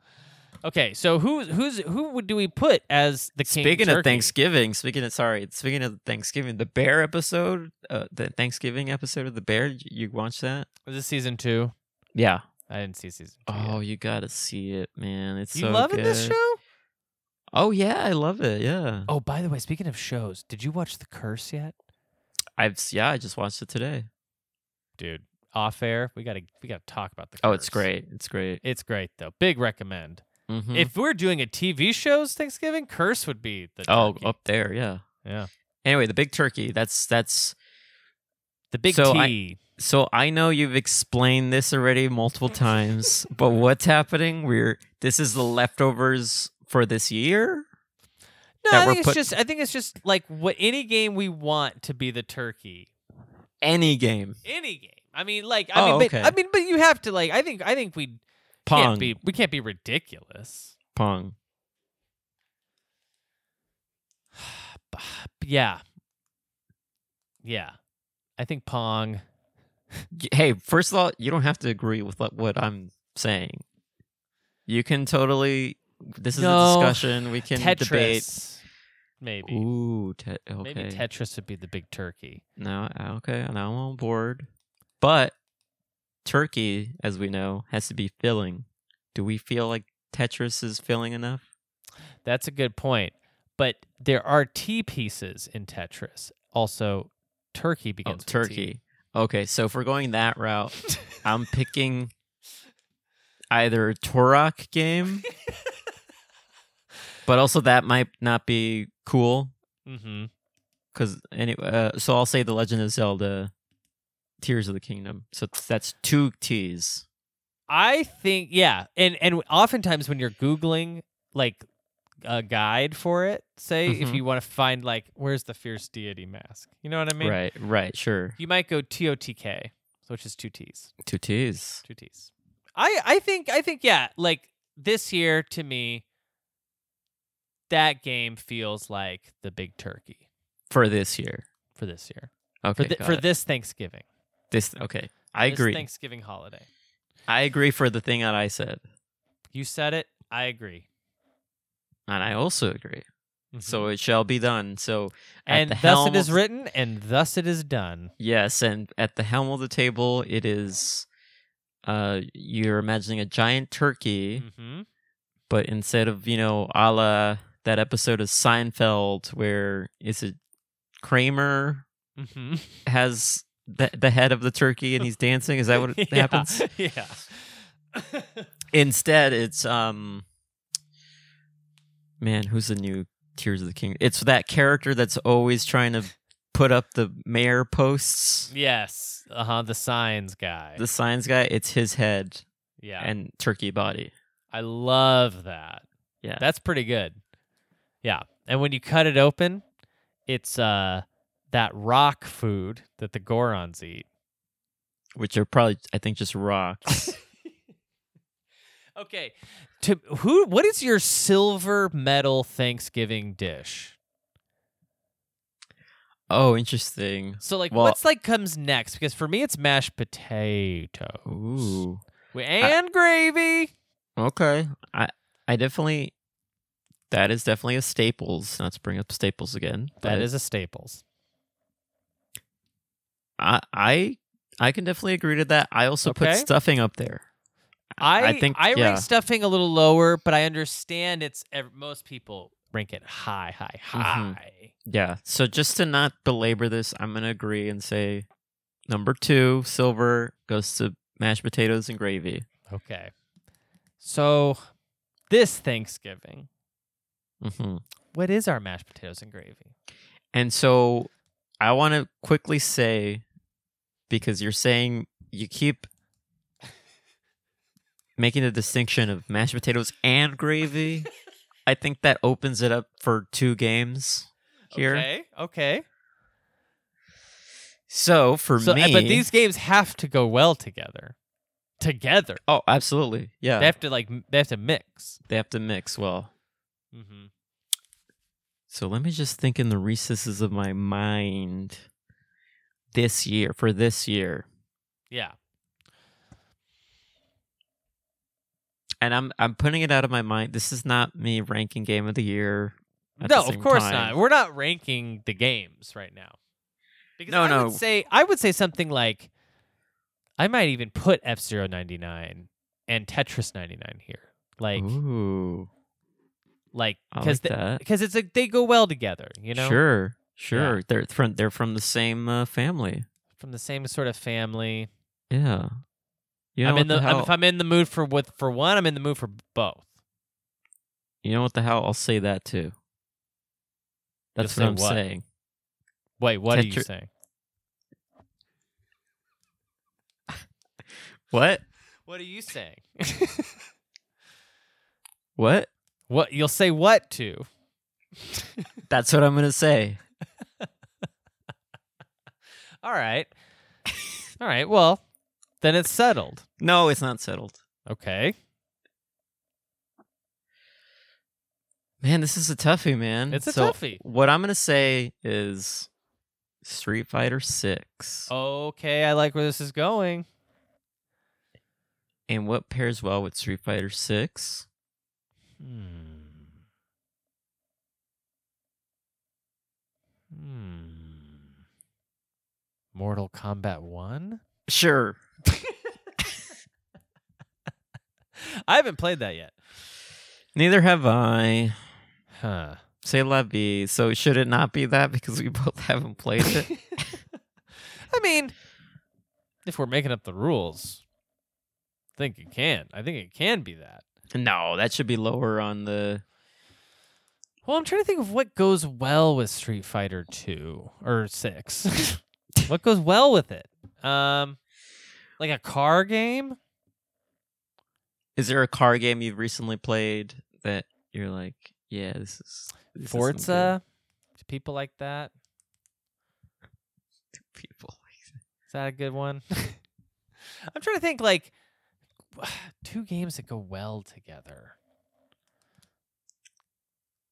Speaker 2: Okay, so who who's who would do we put as the king?
Speaker 3: speaking of
Speaker 2: turkey?
Speaker 3: Thanksgiving, speaking of sorry, speaking of Thanksgiving, the Bear episode, uh, the Thanksgiving episode of The Bear. You, you watched that?
Speaker 2: Was this season two?
Speaker 3: Yeah.
Speaker 2: I didn't see season two. yet.
Speaker 3: Oh, you gotta see it, man. It's
Speaker 2: you
Speaker 3: so
Speaker 2: loving this
Speaker 3: good.
Speaker 2: show?
Speaker 3: Oh yeah, I love it. Yeah,
Speaker 2: Oh, by the way, speaking of shows, did you watch The Curse yet,
Speaker 3: I've s- yeah, I just watched it today.
Speaker 2: dude? Off air, we gotta we gotta talk about the. Curse.
Speaker 3: Oh, it's great. It's great.
Speaker 2: It's great though. Big recommend.
Speaker 3: Mhm.
Speaker 2: If we're doing a TV show's Thanksgiving, Curse would be the.
Speaker 3: oh,
Speaker 2: turkey.
Speaker 3: up there, yeah.
Speaker 2: yeah,
Speaker 3: Anyway, the big turkey. That's that's.
Speaker 2: the big
Speaker 3: So I-
Speaker 2: T.
Speaker 3: So I know you've explained this already multiple times, but what's happening? We're this is the leftovers for this year.
Speaker 2: no,
Speaker 3: that
Speaker 2: I
Speaker 3: we're
Speaker 2: think it's
Speaker 3: put-
Speaker 2: just I think it's just like what any game we want to be the turkey.
Speaker 3: Any game,
Speaker 2: any game. I mean, like, I
Speaker 3: Oh,
Speaker 2: mean,
Speaker 3: okay.
Speaker 2: but, I mean, but you have to like. I think, I think we
Speaker 3: pong,
Speaker 2: can't be, we can't be ridiculous.
Speaker 3: pong.
Speaker 2: Yeah, yeah. I think Pong.
Speaker 3: Y- Hey, first of all, you don't have to agree with what- what I'm saying. You can totally. This is
Speaker 2: No.
Speaker 3: a discussion. We can debate.
Speaker 2: Tetris, maybe.
Speaker 3: Ooh, te- okay.
Speaker 2: Maybe Tetris would be the big turkey.
Speaker 3: Now, uh, okay, now I'm on board. But turkey, as we know, has to be filling. Do we feel like Tetris is filling enough?
Speaker 2: That's a good point. But there are T pieces in Tetris. Also, turkey
Speaker 3: Oh,
Speaker 2: begins with T.
Speaker 3: turkey. Okay, so if we're going that route, I'm picking either a Turok game, but also that might not be cool.
Speaker 2: Mm-hmm.
Speaker 3: Because anyway, uh, so I'll say the Legend of Zelda, Tears of the Kingdom. So th- that's two T's.
Speaker 2: I think yeah, and and oftentimes when you're googling like a guide for it, say if
Speaker 3: Mhm.
Speaker 2: you want to find like where's the fierce deity mask, you know what I mean?
Speaker 3: right, right, sure.
Speaker 2: You might go T O T K, which is two T's,
Speaker 3: Two T's.
Speaker 2: two T's. I I think I think yeah, like this year to me, that game feels like the big turkey
Speaker 3: For this year.
Speaker 2: for this year
Speaker 3: Okay.
Speaker 2: for thi-
Speaker 3: got
Speaker 2: for
Speaker 3: it.
Speaker 2: this Thanksgiving.
Speaker 3: this. Okay. I
Speaker 2: this
Speaker 3: agree.
Speaker 2: Thanksgiving holiday.
Speaker 3: I agree for the thing that I said.
Speaker 2: You said it. I agree.
Speaker 3: And I also agree.
Speaker 2: Mhm.
Speaker 3: So it shall be done. So at
Speaker 2: and
Speaker 3: the
Speaker 2: thus
Speaker 3: helm
Speaker 2: it is
Speaker 3: of-
Speaker 2: written, and thus it is done.
Speaker 3: Yes, and at the helm of the table, it is. Uh, you're imagining a giant turkey,
Speaker 2: Mm-hmm.
Speaker 3: but instead of you know, a la that episode of Seinfeld where is it Kramer
Speaker 2: Mm-hmm.
Speaker 3: has the the head of the turkey and he's dancing? Is that what it happens?
Speaker 2: Yeah.
Speaker 3: Instead, it's um, man, who's the new Tears of the King? It's that character that's always trying to put up the mayor posts,
Speaker 2: yes. Uh huh. The signs guy.
Speaker 3: the signs guy. It's his head
Speaker 2: yeah.
Speaker 3: and turkey body.
Speaker 2: I love that.
Speaker 3: Yeah.
Speaker 2: That's pretty good. Yeah. And when you cut it open, it's uh that rock food that the Gorons eat.
Speaker 3: which are probably I think just rocks.
Speaker 2: Okay. To who? What is your silver medal Thanksgiving dish?
Speaker 3: oh, interesting.
Speaker 2: So like,
Speaker 3: Well-
Speaker 2: what's like comes next? Because for me, it's mashed potato
Speaker 3: Ooh.
Speaker 2: and gravy.
Speaker 3: Okay. I I definitely that is definitely a staples. Not to bring up staples again.
Speaker 2: That
Speaker 3: but
Speaker 2: is a staples.
Speaker 3: I I I can definitely agree to that. I also put
Speaker 2: Okay.
Speaker 3: stuffing up there.
Speaker 2: I
Speaker 3: I think-
Speaker 2: I
Speaker 3: yeah.
Speaker 2: rank stuffing a little lower, but I understand it's ev- most people rank it high, high,
Speaker 3: Mm-hmm.
Speaker 2: high.
Speaker 3: Yeah. So just to not belabor this, I'm gonna agree and say number two, silver goes to mashed potatoes and gravy.
Speaker 2: Okay. So this Thanksgiving,
Speaker 3: hmm
Speaker 2: what is our mashed potatoes and gravy?
Speaker 3: And so I want to quickly say because you're saying you keep making the distinction of mashed potatoes and gravy. I think that opens it up for two games here.
Speaker 2: Okay. Okay.
Speaker 3: So for
Speaker 2: So, uh, eh,
Speaker 3: me,
Speaker 2: but these games have to go well together. Together,
Speaker 3: oh, absolutely, yeah,
Speaker 2: they have to like m- they have to mix.
Speaker 3: they have to mix well.
Speaker 2: Mm-hmm.
Speaker 3: So let me just think in the recesses of my mind. This year, for this year,
Speaker 2: Yeah.
Speaker 3: and I'm I'm putting it out of my mind. This is not me ranking game of the year. at the
Speaker 2: no, of
Speaker 3: same
Speaker 2: course
Speaker 3: time.
Speaker 2: not. We're not ranking the games right now. Because
Speaker 3: No,
Speaker 2: I
Speaker 3: no.
Speaker 2: would say I would say something like I might even put F zero ninety nine and Tetris ninety nine here. Like
Speaker 3: Ooh,
Speaker 2: like
Speaker 3: I
Speaker 2: because
Speaker 3: like that.
Speaker 2: because it's like they go well together, you know?
Speaker 3: sure, sure. They're from they're from the same uh, family.
Speaker 2: From the same sort of family.
Speaker 3: Yeah, you know
Speaker 2: I'm
Speaker 3: what
Speaker 2: in the,
Speaker 3: the hell?
Speaker 2: if I'm in the mood for with for one, I'm in the mood for both.
Speaker 3: you know what the hell? I'll say that too. That's
Speaker 2: You'll
Speaker 3: what I'm
Speaker 2: say what?
Speaker 3: saying.
Speaker 2: Wait, what are you
Speaker 3: Tetri-
Speaker 2: saying?
Speaker 3: What?
Speaker 2: What are you saying?
Speaker 3: What?
Speaker 2: what you'll say what to?
Speaker 3: That's what I'm gonna say.
Speaker 2: All right. All right. Well, then it's settled.
Speaker 3: No, it's not settled.
Speaker 2: Okay.
Speaker 3: Man, this is a toughie, man.
Speaker 2: It's a
Speaker 3: So
Speaker 2: toughie.
Speaker 3: What I'm gonna say is Street Fighter Six.
Speaker 2: Oh. Okay. I like where this is going.
Speaker 3: And what pairs well with Street Fighter Six?
Speaker 2: Hmm. Hmm. Mortal Kombat 1?
Speaker 3: Sure.
Speaker 2: I haven't played that yet.
Speaker 3: Neither have I.
Speaker 2: Huh.
Speaker 3: Say la vie. So should it not be that because we both haven't played it?
Speaker 2: I mean, if we're making up the rules, I think it can. I think it can be that.
Speaker 3: no, that should be lower on the
Speaker 2: Well, I'm trying to think of what goes well with Street Fighter 2 or 6. what goes well with it? Um like a car game?
Speaker 3: Is there a car game you've recently played that you're like, yeah, this is this isn't
Speaker 2: Forza? People like that?
Speaker 3: good. people.
Speaker 2: Is that a good one? I'm trying to think like two games that go well together.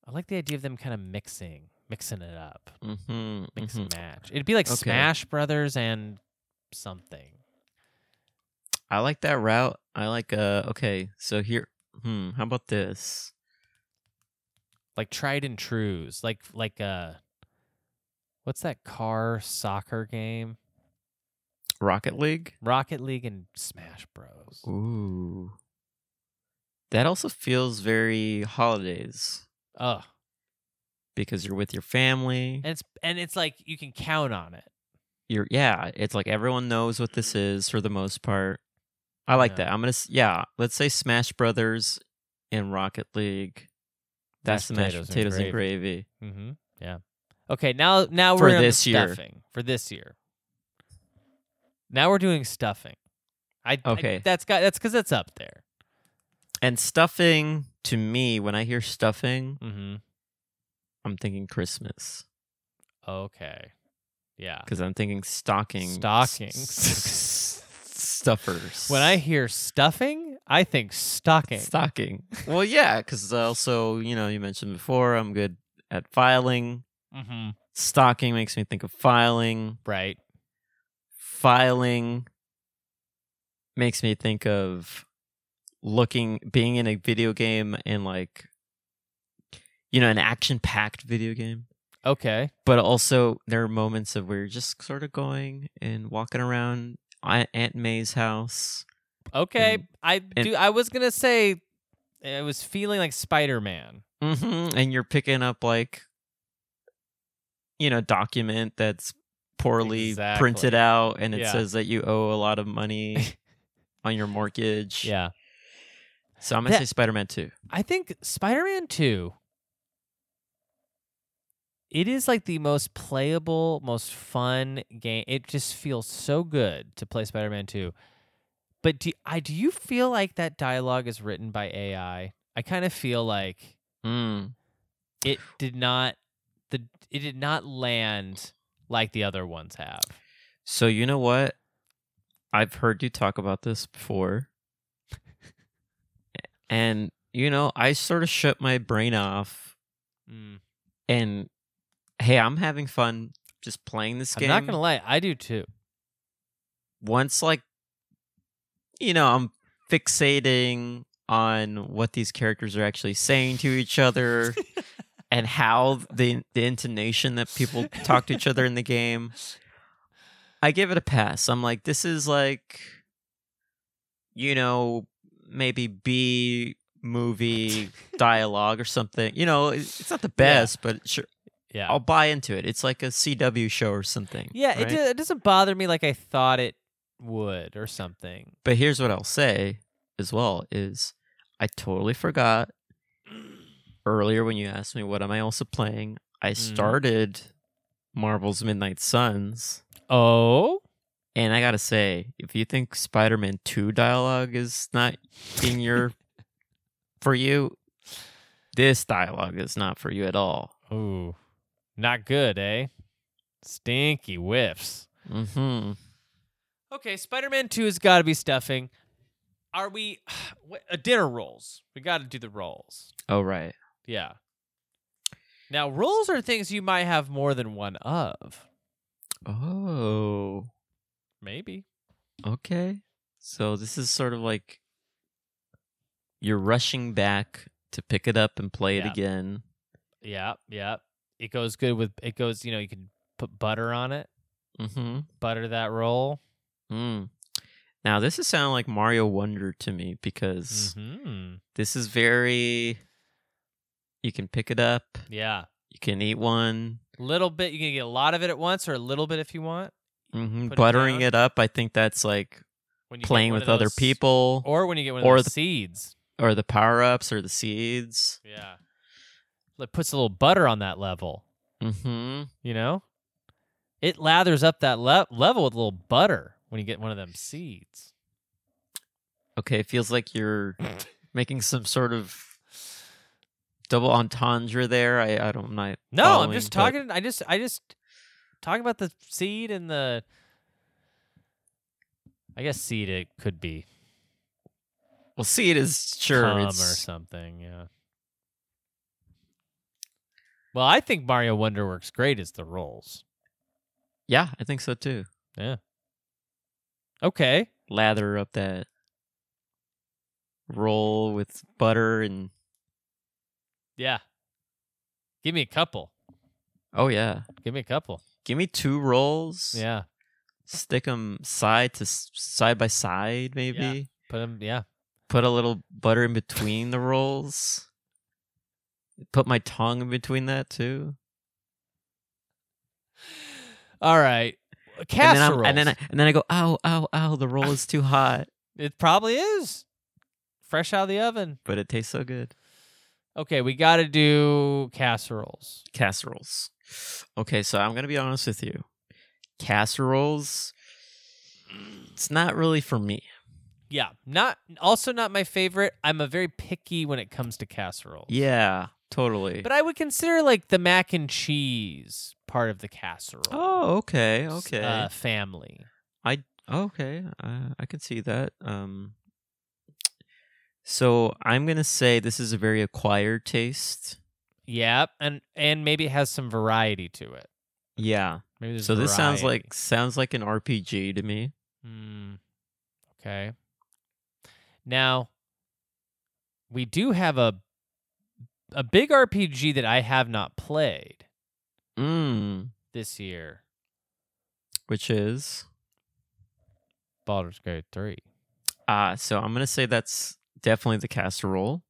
Speaker 2: I like the idea of them kind of mixing, mixing it up,
Speaker 3: Mm-hmm,
Speaker 2: mix and match. It'd be like
Speaker 3: Okay.
Speaker 2: Smash Brothers and something.
Speaker 3: I like that route. I like uh okay, so here hmm, how about this?
Speaker 2: like tried and trues like like uh what's that car soccer game
Speaker 3: Rocket League?
Speaker 2: rocket league and smash bros
Speaker 3: Ooh. That also feels very holidays
Speaker 2: Ugh.
Speaker 3: because you're with your family.
Speaker 2: and it's and it's like you can count on it
Speaker 3: You're yeah, it's like everyone knows what this is for the most part. I like
Speaker 2: Mm-hmm. Yeah.
Speaker 3: that. I'm going to yeah, let's say Smash Brothers and Rocket League. That's the mashed potatoes and gravy.
Speaker 2: mm-hmm yeah okay now now
Speaker 3: For
Speaker 2: we're on to
Speaker 3: this year.
Speaker 2: stuffing for this year now we're doing stuffing i I-
Speaker 3: Okay.
Speaker 2: that's got that's because it's up there
Speaker 3: And stuffing to me, when I hear stuffing,
Speaker 2: mm-hmm
Speaker 3: I'm thinking Christmas.
Speaker 2: okay yeah
Speaker 3: because I'm thinking stocking,
Speaker 2: Stockings.
Speaker 3: s- s- stuffers.
Speaker 2: when i hear stuffing i think stocking
Speaker 3: stocking, well, yeah, because also you know you mentioned before I'm good at filing.
Speaker 2: mm-hmm
Speaker 3: Stocking makes me think of filing.
Speaker 2: right
Speaker 3: Filing makes me think of looking, being in a video game and like, you know, an action-packed video game.
Speaker 2: okay
Speaker 3: but also there are moments of where you're just sort of going and walking around Aunt Aunt May's house.
Speaker 2: Okay,
Speaker 3: And-
Speaker 2: I do. I was gonna say it was feeling like Spider Man.
Speaker 3: hmm And you're picking up like, you know, document that's poorly
Speaker 2: Exactly.
Speaker 3: printed out, and it
Speaker 2: Yeah.
Speaker 3: says that you owe a lot of money on your mortgage.
Speaker 2: Yeah,
Speaker 3: So I'm gonna
Speaker 2: That-
Speaker 3: say Spider-Man Two.
Speaker 2: I think Spider Man Two. It is like the most playable, most fun game. It just feels so good to play Spider Man Two. But do I do you feel like that dialogue is written by AI? I kind of feel like Hmm.
Speaker 3: Mm.
Speaker 2: it did not the it did not land like the other ones have.
Speaker 3: So you know what? I've heard you talk about this before, and you know, I sort of shut my brain off
Speaker 2: Mm.
Speaker 3: and hey, I'm having fun just playing this
Speaker 2: I'm
Speaker 3: game.
Speaker 2: not gonna lie, I do too.
Speaker 3: Once like you know, I'm fixating on what these characters are actually saying to each other and how the the intonation that people talk to each other in the game. I give it a pass. I'm like, this is like you know, maybe B movie dialogue or something. You know, it's it's not the best, but sure
Speaker 2: Yeah.
Speaker 3: I'll buy into it. It's like a CW show or something.
Speaker 2: Yeah, it,
Speaker 3: right?
Speaker 2: do- it doesn't bother me like I thought it would or something.
Speaker 3: But here's what I'll say as well is I totally forgot earlier when you asked me what am I also playing. I started Marvel's Midnight Suns,
Speaker 2: Oh,
Speaker 3: and I gotta say, if you think Spider-Man Two dialogue is not in your for you, this dialogue is not for you at all.
Speaker 2: ooh, not good, eh? Stinky whiffs.
Speaker 3: Mm-hmm.
Speaker 2: Okay, Spider Man Two has got to be stuffing. Are we what- uh, dinner rolls? We got to do the rolls.
Speaker 3: Oh right.
Speaker 2: Yeah. Now rolls are things you might have more than one of.
Speaker 3: Oh.
Speaker 2: Maybe.
Speaker 3: Okay. So this is sort of like you're rushing back to pick it up and play
Speaker 2: Yeah.
Speaker 3: it again.
Speaker 2: Yeah, yeah. It goes good with it goes. You know, you can put butter on it.
Speaker 3: Mm-hmm.
Speaker 2: Butter that roll.
Speaker 3: Mm. Now this is sounding like Mario Wonder to me because
Speaker 2: Hmm.
Speaker 3: this is very you can pick it up,
Speaker 2: Yeah.
Speaker 3: you can eat one.
Speaker 2: little bit you can get a lot of it at once or a little bit if you want
Speaker 3: hmm
Speaker 2: Put it
Speaker 3: Buttering
Speaker 2: down.
Speaker 3: it up, I think that's like
Speaker 2: when you get
Speaker 3: playing
Speaker 2: one
Speaker 3: with
Speaker 2: of
Speaker 3: other
Speaker 2: those-
Speaker 3: people or,
Speaker 2: or when you get one
Speaker 3: or
Speaker 2: of the
Speaker 3: the-
Speaker 2: seeds
Speaker 3: the power ups or the seeds.
Speaker 2: yeah It puts a little butter on that level.
Speaker 3: Mm-hmm.
Speaker 2: You know, it lathers up that le- level with a little butter when you get one of them seeds.
Speaker 3: Okay, it feels like you're making some sort of double entendre there. I, I don't know.
Speaker 2: No, I'm just talking. I just, I just talking about the seed and the. I guess seed it could be
Speaker 3: Well, see, it is sure.
Speaker 2: cum or
Speaker 3: it's-
Speaker 2: something. Yeah. Well, I think Mario Wonder works great as the roles.
Speaker 3: yeah, I think so too.
Speaker 2: Okay.
Speaker 3: Lather up that roll with butter and
Speaker 2: Yeah. Give me a couple.
Speaker 3: oh yeah,
Speaker 2: Give me a couple.
Speaker 3: give me two rolls.
Speaker 2: Yeah.
Speaker 3: stick them side to s- side by side maybe
Speaker 2: Put them. Yeah.
Speaker 3: put a little butter in between the rolls put my tongue in between that too
Speaker 2: All right. uh,
Speaker 3: and then, I'm-
Speaker 2: Casseroles.
Speaker 3: and then I, and then I go ow ow ow the roll is too hot
Speaker 2: it probably is fresh out of the oven.
Speaker 3: but it tastes so good
Speaker 2: Okay, we got to do casseroles.
Speaker 3: casseroles okay so i'm gonna be honest with you casseroles it's not really for me
Speaker 2: Yeah, not also not my favorite. I'm a very picky when it comes to casseroles.
Speaker 3: yeah totally
Speaker 2: but I would consider like the mac and cheese part of the casserole.
Speaker 3: oh okay okay
Speaker 2: Uh, family.
Speaker 3: Okay, uh, I could see that. Um, so I'm gonna say this is a very acquired taste.
Speaker 2: Yep, and and maybe it has some variety to it.
Speaker 3: Yeah.
Speaker 2: Maybe there's
Speaker 3: so this sounds
Speaker 2: variety.
Speaker 3: like sounds like an RPG to me.
Speaker 2: Hmm. Okay. Now, we do have a a big RPG that I have not played
Speaker 3: Mm,
Speaker 2: this year.
Speaker 3: which is
Speaker 2: Baldur's Gate 3.
Speaker 3: ah. so I'm gonna say that's definitely the casserole.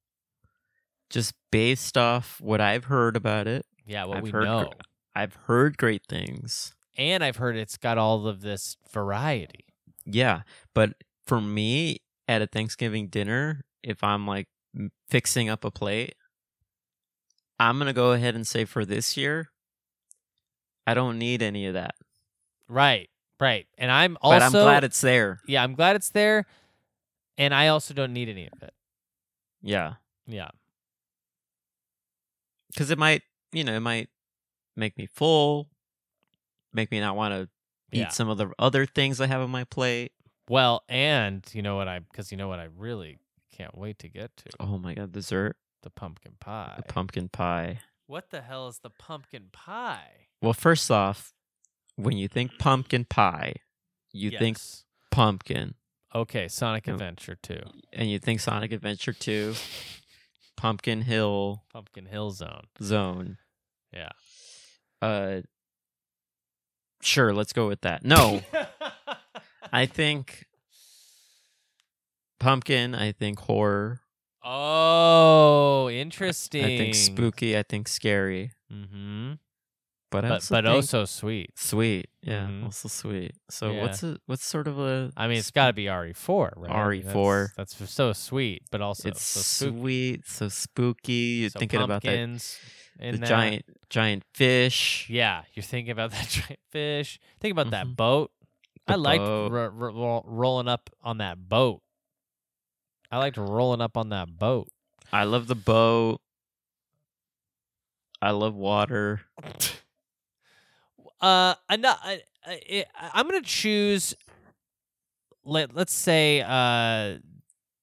Speaker 3: Just based off what I've heard about it,
Speaker 2: Yeah, what
Speaker 3: I've
Speaker 2: we
Speaker 3: heard gr-
Speaker 2: know.
Speaker 3: I've heard great things.
Speaker 2: and I've heard it's got all of this variety.
Speaker 3: Yeah, but for me at a Thanksgiving dinner, if I'm like m- fixing up a plate, I'm going to go ahead and say for this year, I don't need any of that.
Speaker 2: Right. Right. And I'm also
Speaker 3: but I'm glad it's there.
Speaker 2: Yeah, I'm glad it's there. And I also don't need any of it.
Speaker 3: Yeah.
Speaker 2: Yeah.
Speaker 3: Cuz it might, you know, it might make me full, make me not want to eat
Speaker 2: Yeah.
Speaker 3: some of the other things I have on my plate.
Speaker 2: Well, and you know what I cuz you know what I really can't wait to get to
Speaker 3: Oh my god, dessert,
Speaker 2: the pumpkin pie.
Speaker 3: the pumpkin pie.
Speaker 2: What the hell is the pumpkin pie?
Speaker 3: Well, first off, when you think pumpkin pie, you think
Speaker 2: Yes.
Speaker 3: pumpkin.
Speaker 2: Okay, Sonic
Speaker 3: Yep.
Speaker 2: Adventure 2.
Speaker 3: and you think Sonic Adventure 2, Pumpkin Hill
Speaker 2: Pumpkin Hill Zone.
Speaker 3: Zone.
Speaker 2: Yeah.
Speaker 3: Uh sure, let's go with that. No, Oh. I think pumpkin, I think horror,
Speaker 2: oh, interesting.
Speaker 3: I think spooky, I think scary,
Speaker 2: Mm-hmm.
Speaker 3: but I
Speaker 2: But
Speaker 3: also
Speaker 2: but
Speaker 3: think
Speaker 2: also sweet.
Speaker 3: sweet. Yeah,
Speaker 2: Mhm.
Speaker 3: also sweet. So
Speaker 2: Yeah.
Speaker 3: what's a what's sort of a
Speaker 2: I mean, it's got to be RE4, right? I mean,
Speaker 3: RE4.
Speaker 2: That's, that's so sweet, but also
Speaker 3: E it's
Speaker 2: so spooky.
Speaker 3: sweet, so spooky. You're
Speaker 2: So
Speaker 3: thinking about that
Speaker 2: pumpkins in
Speaker 3: the
Speaker 2: that.
Speaker 3: giant giant fish.
Speaker 2: Yeah, you're thinking about that giant fish. Think about that
Speaker 3: Mhm.
Speaker 2: boat.
Speaker 3: The
Speaker 2: I liked
Speaker 3: boat.
Speaker 2: ro- ro- ro- rolling up on that boat. I liked rolling up on that boat.
Speaker 3: I love the boat. I love water.
Speaker 2: Uh, ano- I, I, eh, I- I'm gonna choose. Let Let's say uh,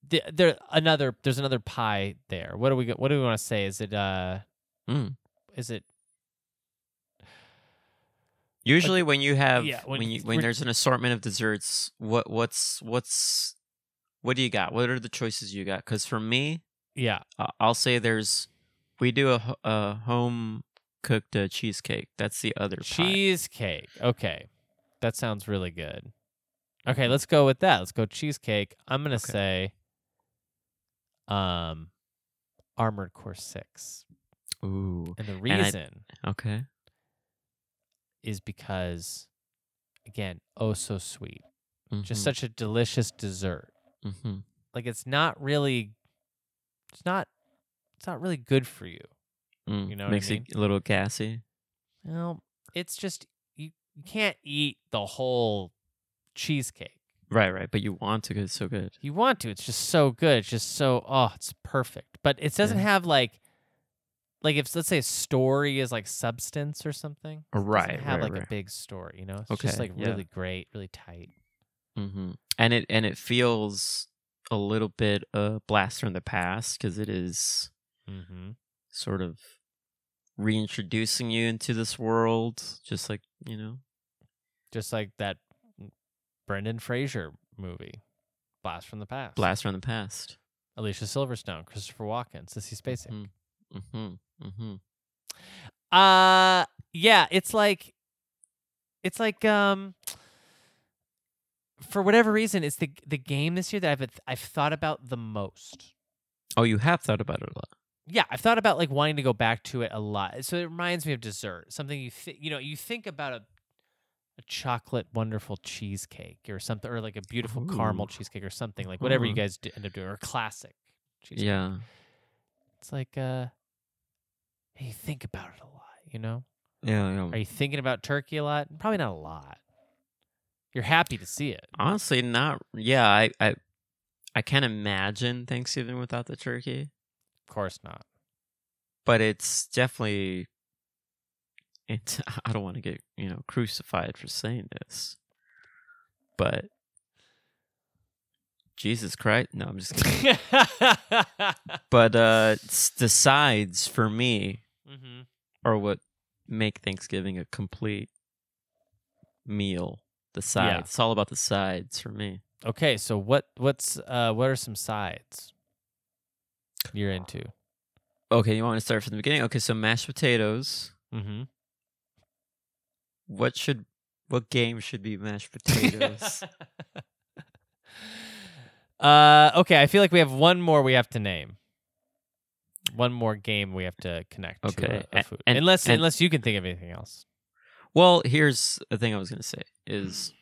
Speaker 2: the, there another there's another pie there. What do we go- What do we want to say? Is it uh,
Speaker 3: Mm.
Speaker 2: is it
Speaker 3: Usually, when you have
Speaker 2: yeah, when
Speaker 3: when you,
Speaker 2: we're-
Speaker 3: when there's an assortment of desserts, what what's what's what do you got? What are the choices you got? Because for me,
Speaker 2: yeah?
Speaker 3: I- I'll say there's we do a, ho- a home cooked uh, cheesecake. That's the other pie.
Speaker 2: Cheesecake. Okay. That sounds really good.
Speaker 3: Hmm.
Speaker 2: Okay, let's go with that. Let's go cheesecake. I'm gonna say um Armored Core Six.
Speaker 3: Ooh,
Speaker 2: And the
Speaker 3: I-
Speaker 2: reason
Speaker 3: okay.
Speaker 2: is because again, oh so sweet. Just
Speaker 3: Mhm,
Speaker 2: such a delicious dessert.
Speaker 3: mhm.
Speaker 2: Like it's not really it's not it's not really good for you.
Speaker 3: Mm,
Speaker 2: You know what I
Speaker 3: makes
Speaker 2: mean?
Speaker 3: it a little gassy.
Speaker 2: Well, it's just you, you can't eat the whole cheesecake.
Speaker 3: Right, right. But you want to because it's so good.
Speaker 2: You want to. It's just so good. It's just so oh, it's perfect. But it doesn't
Speaker 3: Yeah.
Speaker 2: have like like if let's say a story is like substance or something. It
Speaker 3: Right,
Speaker 2: doesn't have
Speaker 3: right,
Speaker 2: like a
Speaker 3: right.
Speaker 2: big story, you know? It's just
Speaker 3: Okay,
Speaker 2: like
Speaker 3: yeah.
Speaker 2: really great, really tight.
Speaker 3: hmm And it and it feels a little bit a blast from the past because it is
Speaker 2: Mm-hmm.
Speaker 3: sort of reintroducing you into this world, just like you know.
Speaker 2: Just like that mm, Brendan Fraser movie. Blast from the past.
Speaker 3: Blast from the past.
Speaker 2: Alicia Silverstone, Christopher Walken, Sissy Spacek.
Speaker 3: Mm. Mm-hmm. Mm-hmm.
Speaker 2: Uh yeah, it's like it's like um for whatever reason, it's the the game this year that I've I've thought about the most.
Speaker 3: Oh, you have thought about it a lot.
Speaker 2: Yeah, I've thought about like wanting to go back to it a lot. So it reminds me of dessert, something you think you know you think about a a chocolate wonderful cheesecake or something, or like a beautiful caramel
Speaker 3: Ooh. Mm-hmm.
Speaker 2: cheesecake or something like whatever you
Speaker 3: Huh.
Speaker 2: guys do, end up doing or a classic cheesecake.
Speaker 3: Yeah.
Speaker 2: it's like uh, you think about it a lot, you know.
Speaker 3: Yeah.
Speaker 2: Are you thinking about turkey a lot? Probably not a lot. You're happy to see it.
Speaker 3: Honestly, not. Yeah, I I, I can't imagine Thanksgiving without the turkey,
Speaker 2: Of course not.
Speaker 3: but it's definitely. It, I don't want to get you know crucified for saying this, but Jesus Christ! No, I'm just kidding.
Speaker 2: mm-hmm.
Speaker 3: but uh, s- the sides for me
Speaker 2: Mm-hmm.
Speaker 3: are what make Thanksgiving a complete meal. The sides.
Speaker 2: Yeah.
Speaker 3: It's all about the sides for me.
Speaker 2: Okay, so what what's uh what are some sides you're into?
Speaker 3: Okay, you want to start from the beginning? Okay, so mashed potatoes.
Speaker 2: Mm-hmm.
Speaker 3: What should what game should be mashed potatoes?
Speaker 2: uh okay, I feel like we have one more we have to name. One more game we have to connect
Speaker 3: Okay,
Speaker 2: to a, a
Speaker 3: a-
Speaker 2: food.
Speaker 3: and-
Speaker 2: unless
Speaker 3: and-
Speaker 2: unless you can think of anything else.
Speaker 3: well, here's the thing I was gonna say is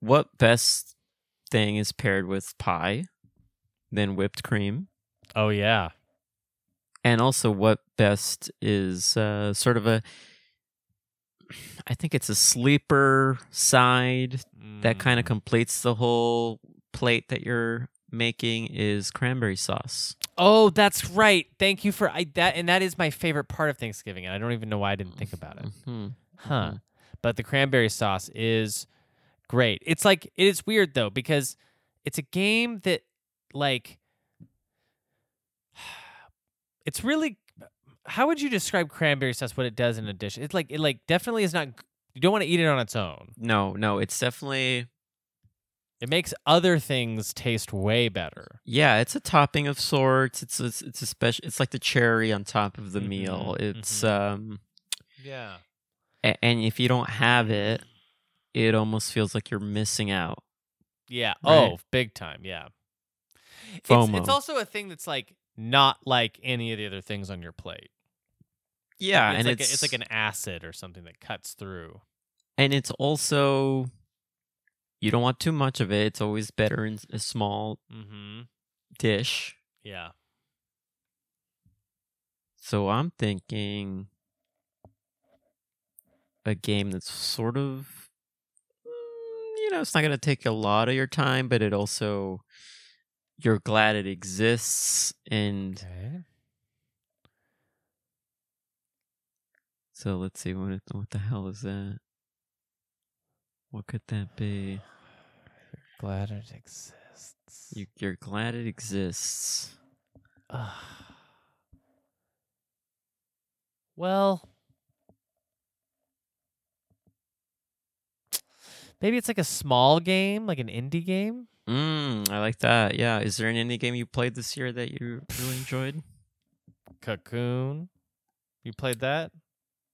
Speaker 3: what best thing is paired with pie, then whipped cream,
Speaker 2: Oh yeah.
Speaker 3: and also what best is uh, sort of a I think it's a sleeper side that kind of
Speaker 2: Mm.
Speaker 3: completes the whole plate that you're making is cranberry sauce.
Speaker 2: Oh, that's right. Thank you for I that and that is my favorite part of Thanksgiving and I don't even know why I didn't think about it.
Speaker 3: Mhm.
Speaker 2: Huh. But the cranberry sauce is great. It's like it is weird though because it's a game that like it's really how would you describe cranberry sauce what it does in a dish? It's like it like definitely is not you don't want to eat it on its own.
Speaker 3: No, no, it's definitely
Speaker 2: It makes other things taste way better.
Speaker 3: yeah, it's a topping of sorts. It's it's, it's a special. It's like the cherry on top of the
Speaker 2: Mhm,
Speaker 3: meal. It's um,
Speaker 2: Yeah.
Speaker 3: a- and if you don't have it, it almost feels like you're missing out.
Speaker 2: Yeah.
Speaker 3: Right?
Speaker 2: Oh, big time. Yeah. It's,
Speaker 3: FOMO.
Speaker 2: it's also a thing that's like not like any of the other things on your plate.
Speaker 3: Yeah,
Speaker 2: it's
Speaker 3: and
Speaker 2: like
Speaker 3: it's
Speaker 2: a, it's like an acid or something that cuts through.
Speaker 3: and it's also you don't want too much of it. It's always better in a small
Speaker 2: Mm-hmm.
Speaker 3: dish.
Speaker 2: Yeah.
Speaker 3: So I'm thinking a game that's sort of mm, you know, it's not going to take a lot of your time, but it also you're glad it exists and
Speaker 2: Okay.
Speaker 3: so let's see what it, what the hell is that? What could that be?
Speaker 2: Glad it exists.
Speaker 3: You, you're glad it exists.
Speaker 2: Ugh. well, maybe it's like a small game, like an indie game.
Speaker 3: Mm, I like that. Yeah, is there an indie game you played this year that you really enjoyed?
Speaker 2: Cocoon. You played that?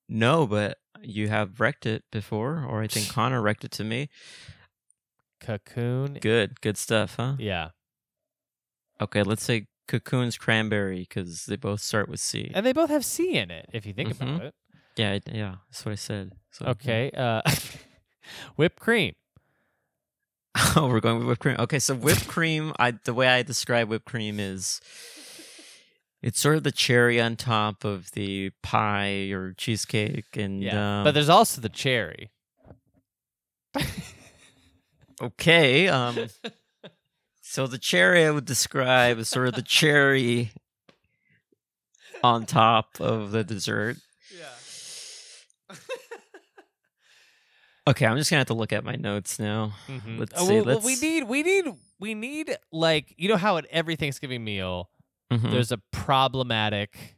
Speaker 3: No, but you have wrecked it before, or I think Connor wrecked it to me.
Speaker 2: Cocoon.
Speaker 3: Good, good stuff, huh?
Speaker 2: Yeah.
Speaker 3: Okay, let's say Cocoon's Cranberry because they both start with C.
Speaker 2: And they both have C in it, if you think about
Speaker 3: Mhm.
Speaker 2: it.
Speaker 3: Yeah, I- yeah, that's what I said. So,
Speaker 2: Okay. Uh, whipped cream.
Speaker 3: oh, we're going with whipped cream. Okay, so whipped cream. I the way I describe whipped cream is It's sort of the cherry on top of the pie or cheesecake, and
Speaker 2: Yeah.
Speaker 3: um,
Speaker 2: but there's also the cherry.
Speaker 3: okay. Um, so the cherry I would describe as sort of the cherry on top of the dessert. Okay, I'm just gonna have to look at my notes now.
Speaker 2: Mhm.
Speaker 3: Let's
Speaker 2: Oh,
Speaker 3: see,
Speaker 2: well, well, we
Speaker 3: let's-
Speaker 2: need we need we need like you know how at every Thanksgiving meal
Speaker 3: Mhm.
Speaker 2: there's a problematic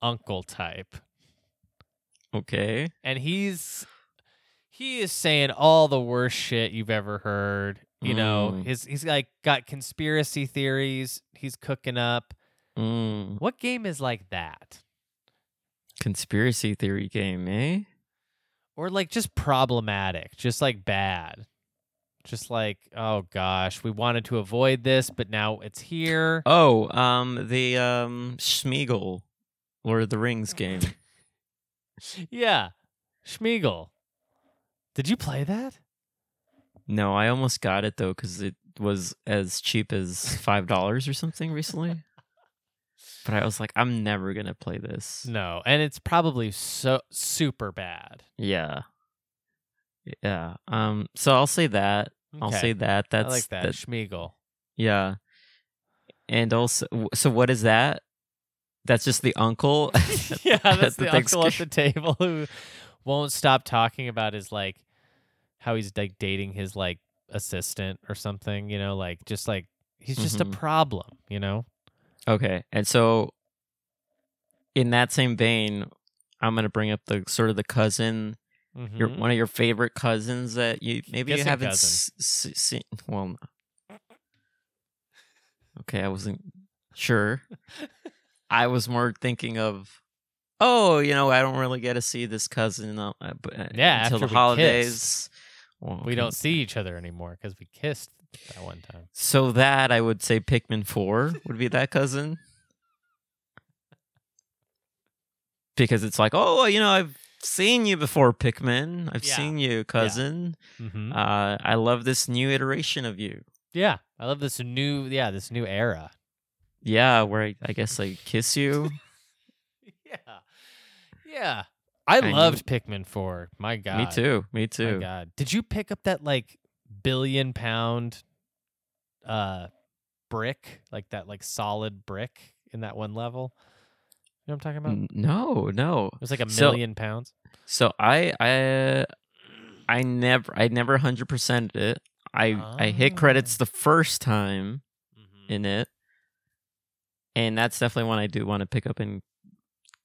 Speaker 2: uncle type,
Speaker 3: Okay.
Speaker 2: and he's he is saying all the worst shit you've ever heard. You know,
Speaker 3: Mm.
Speaker 2: his he's like got conspiracy theories. He's cooking up.
Speaker 3: Mm,
Speaker 2: What game is like that?
Speaker 3: conspiracy theory game, eh?
Speaker 2: or like just problematic, just like bad. Just like, oh gosh, we wanted to avoid this, but now it's here.
Speaker 3: Oh, um, the um Schmeagle, Lord of the Rings game.
Speaker 2: Yeah. Schmiegel. Did you play that?
Speaker 3: No, I almost got it though because it was as cheap as five dollars or something recently. but I was like, I'm never gonna play this.
Speaker 2: No. And it's probably so super bad.
Speaker 3: Yeah, yeah. Um, so I'll say that. I'll
Speaker 2: Okay.
Speaker 3: say that.
Speaker 2: I
Speaker 3: That's
Speaker 2: like that.
Speaker 3: that's-
Speaker 2: Schmiegel.
Speaker 3: yeah. And also, w- so what is that? That's just the uncle.
Speaker 2: yeah, that's
Speaker 3: the
Speaker 2: the, uncle at the table who won't stop talking about his like how he's like dating his like assistant or something, you know, like just like he's just
Speaker 3: Mhm.
Speaker 2: a problem, you know?
Speaker 3: Okay. And so in that same vein, I'm gonna bring up the sort of the cousin, your
Speaker 2: Mhm.
Speaker 3: one of your favorite cousins that you maybe you
Speaker 2: Guessing
Speaker 3: haven't s-
Speaker 2: cousin.
Speaker 3: s- seen. Well, no. okay, I wasn't sure. I was more thinking of, oh, you know, I don't really get to see this cousin, uh, uh, b- uh,
Speaker 2: Yeah, after
Speaker 3: until
Speaker 2: we
Speaker 3: the
Speaker 2: kissed.
Speaker 3: holidays. Well,
Speaker 2: we
Speaker 3: okay.
Speaker 2: don't see each other anymore because we kissed that one time.
Speaker 3: So that I would say Pikmin Four would be that cousin, because it's like, oh, you know, I've seen you before, Pikmin. I've
Speaker 2: Yeah.
Speaker 3: seen you, cousin.
Speaker 2: Mm-hmm.
Speaker 3: Uh, I love this new iteration of you.
Speaker 2: yeah, I love this new yeah this new era.
Speaker 3: Yeah, where I, I guess I kiss you.
Speaker 2: Yeah, yeah. I,
Speaker 3: knew-
Speaker 2: loved Pikmin Four. My God,
Speaker 3: me too. Me
Speaker 2: My
Speaker 3: too.
Speaker 2: God, did you pick up that like billion pound uh brick like that like solid brick in that one level? You know what I'm talking about?
Speaker 3: N- No, no.
Speaker 2: It was like a
Speaker 3: Mm. So-
Speaker 2: million pounds.
Speaker 3: So I I I never I never hundred percent it. I I hit
Speaker 2: Ah.
Speaker 3: credits the first time.
Speaker 2: Mm-hmm.
Speaker 3: in it. And that's definitely one I do want to pick up and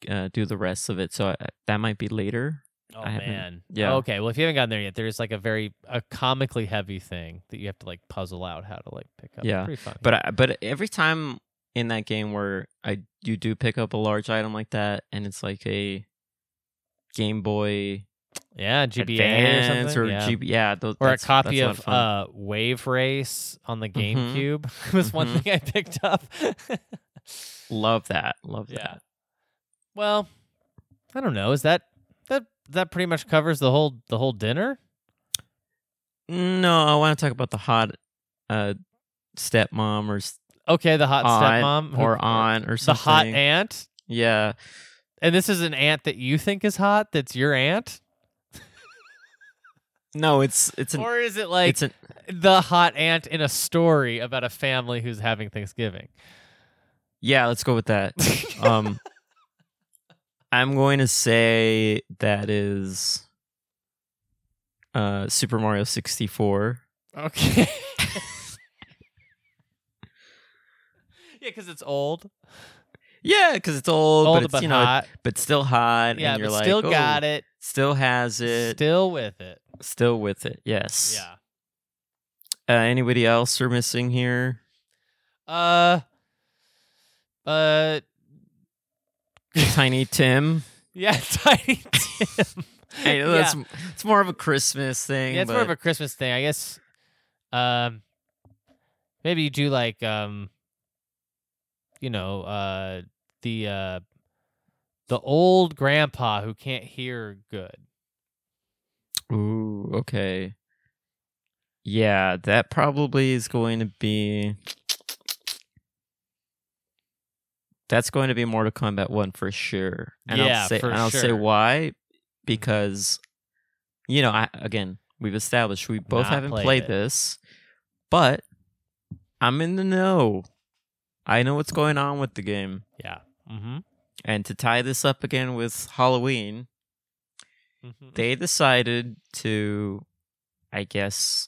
Speaker 3: uh, do the rest of it. So I, that might be later.
Speaker 2: Oh
Speaker 3: I haven't-
Speaker 2: man.
Speaker 3: yeah.
Speaker 2: Okay. Well, if you haven't gotten there yet, there's like a very a comically heavy thing that you have to like puzzle out how to like pick up.
Speaker 3: Yeah,
Speaker 2: Pretty fun.
Speaker 3: But I, but every time in that game where I you do pick up a large item like that, and it's like a Game Boy
Speaker 2: yeah, GBA or
Speaker 3: Advance
Speaker 2: something.
Speaker 3: or
Speaker 2: yeah.
Speaker 3: GB, yeah, tho-
Speaker 2: or a
Speaker 3: that's-
Speaker 2: copy
Speaker 3: that's lot
Speaker 2: of
Speaker 3: fun.
Speaker 2: uh, Wave Race on the
Speaker 3: Mhm.
Speaker 2: GameCube was one
Speaker 3: Mhm.
Speaker 2: thing I picked up.
Speaker 3: love that, love
Speaker 2: yeah.
Speaker 3: that.
Speaker 2: Well, I don't know. Is that that that pretty much covers the whole the whole dinner?
Speaker 3: No, I want to talk about the hot uh, stepmom or s-
Speaker 2: Okay, the hot
Speaker 3: Aunt
Speaker 2: stepmom
Speaker 3: or aunt or
Speaker 2: the
Speaker 3: something.
Speaker 2: hot aunt,
Speaker 3: yeah.
Speaker 2: and this is an aunt that you think is hot. That's your aunt,
Speaker 3: No, it's it's an
Speaker 2: or is it like
Speaker 3: it's an
Speaker 2: the hot aunt in a story about a family who's having Thanksgiving.
Speaker 3: Yeah, let's go with that. um, I'm going to say that is uh, Super Mario 64.
Speaker 2: Okay. yeah, because it's old,
Speaker 3: Yeah, because it's old,
Speaker 2: old
Speaker 3: but it's
Speaker 2: but
Speaker 3: you know,
Speaker 2: hot.
Speaker 3: but still hot.
Speaker 2: yeah,
Speaker 3: and you're
Speaker 2: but
Speaker 3: like,
Speaker 2: still
Speaker 3: oh,
Speaker 2: got it.
Speaker 3: Still has it.
Speaker 2: Still with it.
Speaker 3: still with it. Yes.
Speaker 2: Yeah.
Speaker 3: Uh, anybody else we're missing here?
Speaker 2: Uh. Uh.
Speaker 3: Tiny Tim.
Speaker 2: Yeah, Tiny Tim.
Speaker 3: I know that's it's more of a Christmas thing.
Speaker 2: Yeah, it's more of
Speaker 3: but-
Speaker 2: a Christmas thing, I guess. Um, maybe you do like um, you know, uh, the uh, the old grandpa who can't hear good.
Speaker 3: Ooh, okay. Yeah, that probably is going to be That's going to be Mortal Kombat 1 for sure. And
Speaker 2: Yeah,
Speaker 3: I'll say
Speaker 2: for
Speaker 3: and I'll say
Speaker 2: sure. Mm-hmm.
Speaker 3: why because you know, I, again, we've established we both
Speaker 2: Not
Speaker 3: haven't
Speaker 2: played
Speaker 3: played,
Speaker 2: it.
Speaker 3: this, but I'm in the know. I know what's going on with the game.
Speaker 2: Yeah. Mm-hmm.
Speaker 3: And to tie this up again with Halloween,
Speaker 2: Mm-hmm.
Speaker 3: they decided to i guess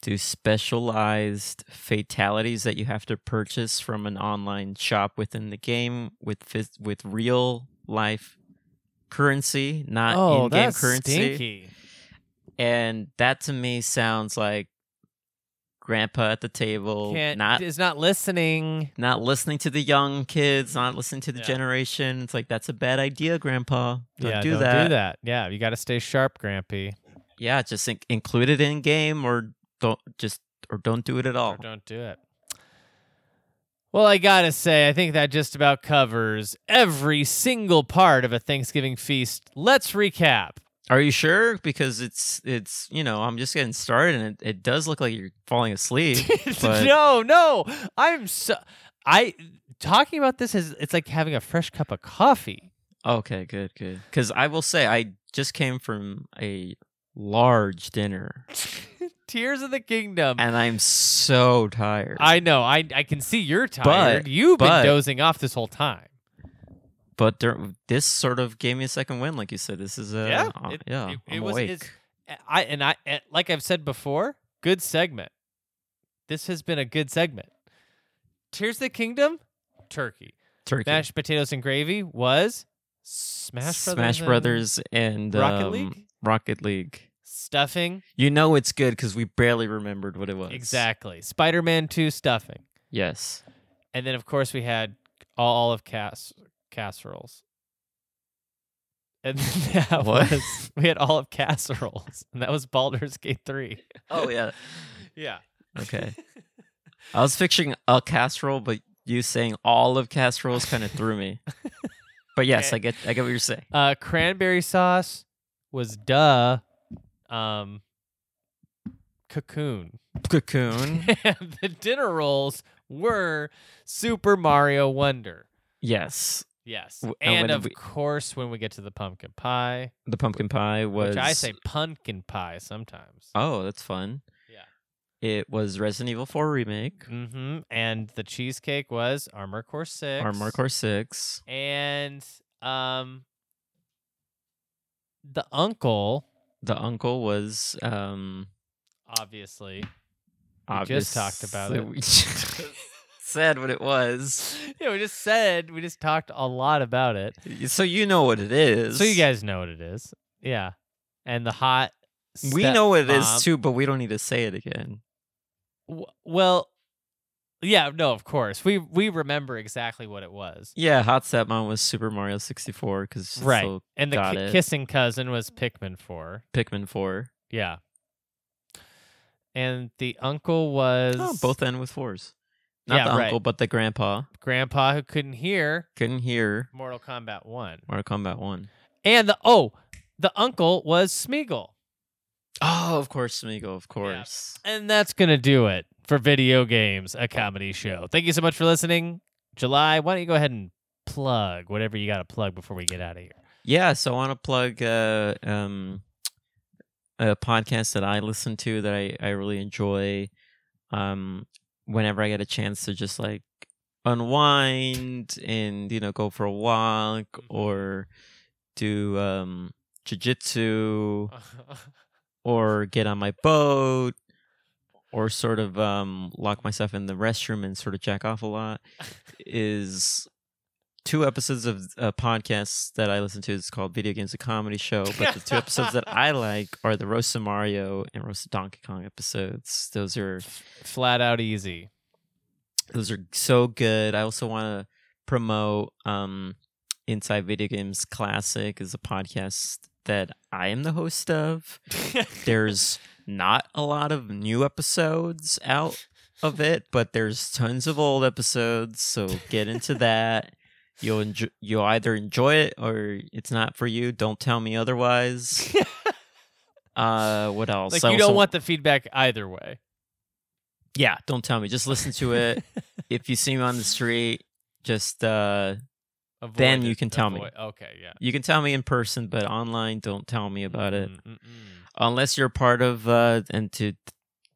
Speaker 3: do specialized fatalities that you have to purchase from an online shop within the game with phys- with real life currency not
Speaker 2: oh,
Speaker 3: in-game
Speaker 2: that's
Speaker 3: currency
Speaker 2: stinky.
Speaker 3: and that to me sounds like grandpa at the table
Speaker 2: Can't,
Speaker 3: not
Speaker 2: is not listening.
Speaker 3: not listening to the young kids not listening to the
Speaker 2: Yeah.
Speaker 3: generation it's like that's a bad idea grandpa don't
Speaker 2: yeah,
Speaker 3: do
Speaker 2: not
Speaker 3: that
Speaker 2: do that. Yeah, you got to stay sharp, Grampy.
Speaker 3: yeah, just in- include it in game or don't just or don't do it at all.
Speaker 2: Or don't do it. Well, I gotta say, I think that just about covers every single part of a Thanksgiving feast. Let's recap.
Speaker 3: Are you sure? Because it's it's you know I'm just getting started and it, it does look like you're falling asleep. but
Speaker 2: no, no, I'm so I talking about this is it's like having a fresh cup of coffee.
Speaker 3: okay, good, good. Because I will say I just came from a large dinner
Speaker 2: Tears of the Kingdom.
Speaker 3: and I'm so tired.
Speaker 2: I know. I I can see you're tired. You've
Speaker 3: but-
Speaker 2: been dozing off this whole time.
Speaker 3: but there, this sort of gave me a second win, like you said. This is a
Speaker 2: Yeah,
Speaker 3: uh,
Speaker 2: it-
Speaker 3: yeah.
Speaker 2: it- it
Speaker 3: I'm
Speaker 2: was-
Speaker 3: awake.
Speaker 2: it's- I and I and like I've said before, good segment. This has been a good segment. Tears of the Kingdom, turkey,
Speaker 3: Turkey.
Speaker 2: mashed potatoes and gravy was Smash Brothers,
Speaker 3: Smash
Speaker 2: and
Speaker 3: Brothers and
Speaker 2: Rocket
Speaker 3: um,
Speaker 2: League?
Speaker 3: Rocket League.
Speaker 2: stuffing.
Speaker 3: You know it's good because we barely remembered what it was.
Speaker 2: Exactly, Spider Man Two stuffing,
Speaker 3: Yes.
Speaker 2: and then of course we had all olive cas- casseroles. And that
Speaker 3: What?
Speaker 2: was we had olive casseroles, and that was Baldur's Gate Three.
Speaker 3: Oh yeah.
Speaker 2: Yeah.
Speaker 3: Okay. I was picturing a casserole, but you saying all of casseroles kind of threw me. But yes,
Speaker 2: Okay.
Speaker 3: I get I get what you're saying.
Speaker 2: Uh, cranberry sauce was duh. Um, cocoon.
Speaker 3: Cocoon.
Speaker 2: And the dinner rolls were Super Mario Wonder.
Speaker 3: yes.
Speaker 2: Yes,
Speaker 3: W- and
Speaker 2: and
Speaker 3: when
Speaker 2: of
Speaker 3: we-
Speaker 2: course when we get to the pumpkin pie,
Speaker 3: The pumpkin pie was
Speaker 2: which I say pumpkin pie sometimes.
Speaker 3: Oh, that's fun.
Speaker 2: Yeah.
Speaker 3: It was Resident Evil 4 remake,
Speaker 2: mm-hmm. And the cheesecake was Armor Core Six.
Speaker 3: Armor Core 6.
Speaker 2: And um, the uncle
Speaker 3: The uncle was um
Speaker 2: obviously. We
Speaker 3: obvious.
Speaker 2: just talked about it.
Speaker 3: we said what it was.
Speaker 2: yeah, we just said we just talked a lot about it,
Speaker 3: So you know what it is.
Speaker 2: so you guys know what it is. Yeah, and the hot.
Speaker 3: We know what it
Speaker 2: stepmom-
Speaker 3: is too, but we don't need to say it again.
Speaker 2: W- well, yeah, no, of course we we remember exactly what it was.
Speaker 3: Yeah, Hot Stepmom was Super Mario 64 because
Speaker 2: Right.
Speaker 3: still
Speaker 2: And the
Speaker 3: got
Speaker 2: ki-
Speaker 3: it.
Speaker 2: kissing cousin was Pikmin Four.
Speaker 3: Pikmin 4.
Speaker 2: Yeah. And the uncle was
Speaker 3: Oh, both end with fours. Not
Speaker 2: Yeah,
Speaker 3: the
Speaker 2: right.
Speaker 3: uncle, but the grandpa.
Speaker 2: grandpa who couldn't hear
Speaker 3: Couldn't hear
Speaker 2: Mortal Kombat One.
Speaker 3: Mortal Kombat 1.
Speaker 2: And the oh, the uncle was Smeagol.
Speaker 3: Oh, of course, Smeagol, of course.
Speaker 2: And that's going to do it for Video Games, a comedy show. Thank you so much for listening. July, why don't you go ahead and plug whatever you got to plug before we get out of here?
Speaker 3: Yeah, so I want to plug uh, um, a podcast that I listen to that I, I really enjoy um, whenever I get a chance to just like unwind and, you know, go for a walk or do um, jujitsu. or get on my boat or sort of um, lock myself in the restroom and sort of jack off a lot is two episodes of a podcast that I listen to. It's called Video Games, a Comedy Show. But the two episodes that I like are the Roast of Mario and Roast of Donkey Kong episodes. Those are
Speaker 2: Flat out easy.
Speaker 3: those are so good. I also want to promote um, Inside Video Games Classic is a podcast that I am the host of. there's not a lot of new episodes out of it, but there's tons of old episodes. So get into that. You'll enjoy, you'll either enjoy it or it's not for you. Don't tell me otherwise. uh, what else?
Speaker 2: Like,
Speaker 3: I
Speaker 2: you don't
Speaker 3: also-
Speaker 2: want the feedback either way.
Speaker 3: yeah, don't tell me. Just listen to it. if you see me on the street Just uh
Speaker 2: Avoid
Speaker 3: Then
Speaker 2: it.
Speaker 3: you can tell me.
Speaker 2: Avoid- Okay, yeah.
Speaker 3: you can tell me in person, but online don't tell me about it.
Speaker 2: Mm, mm, mm.
Speaker 3: Unless you're part of uh and to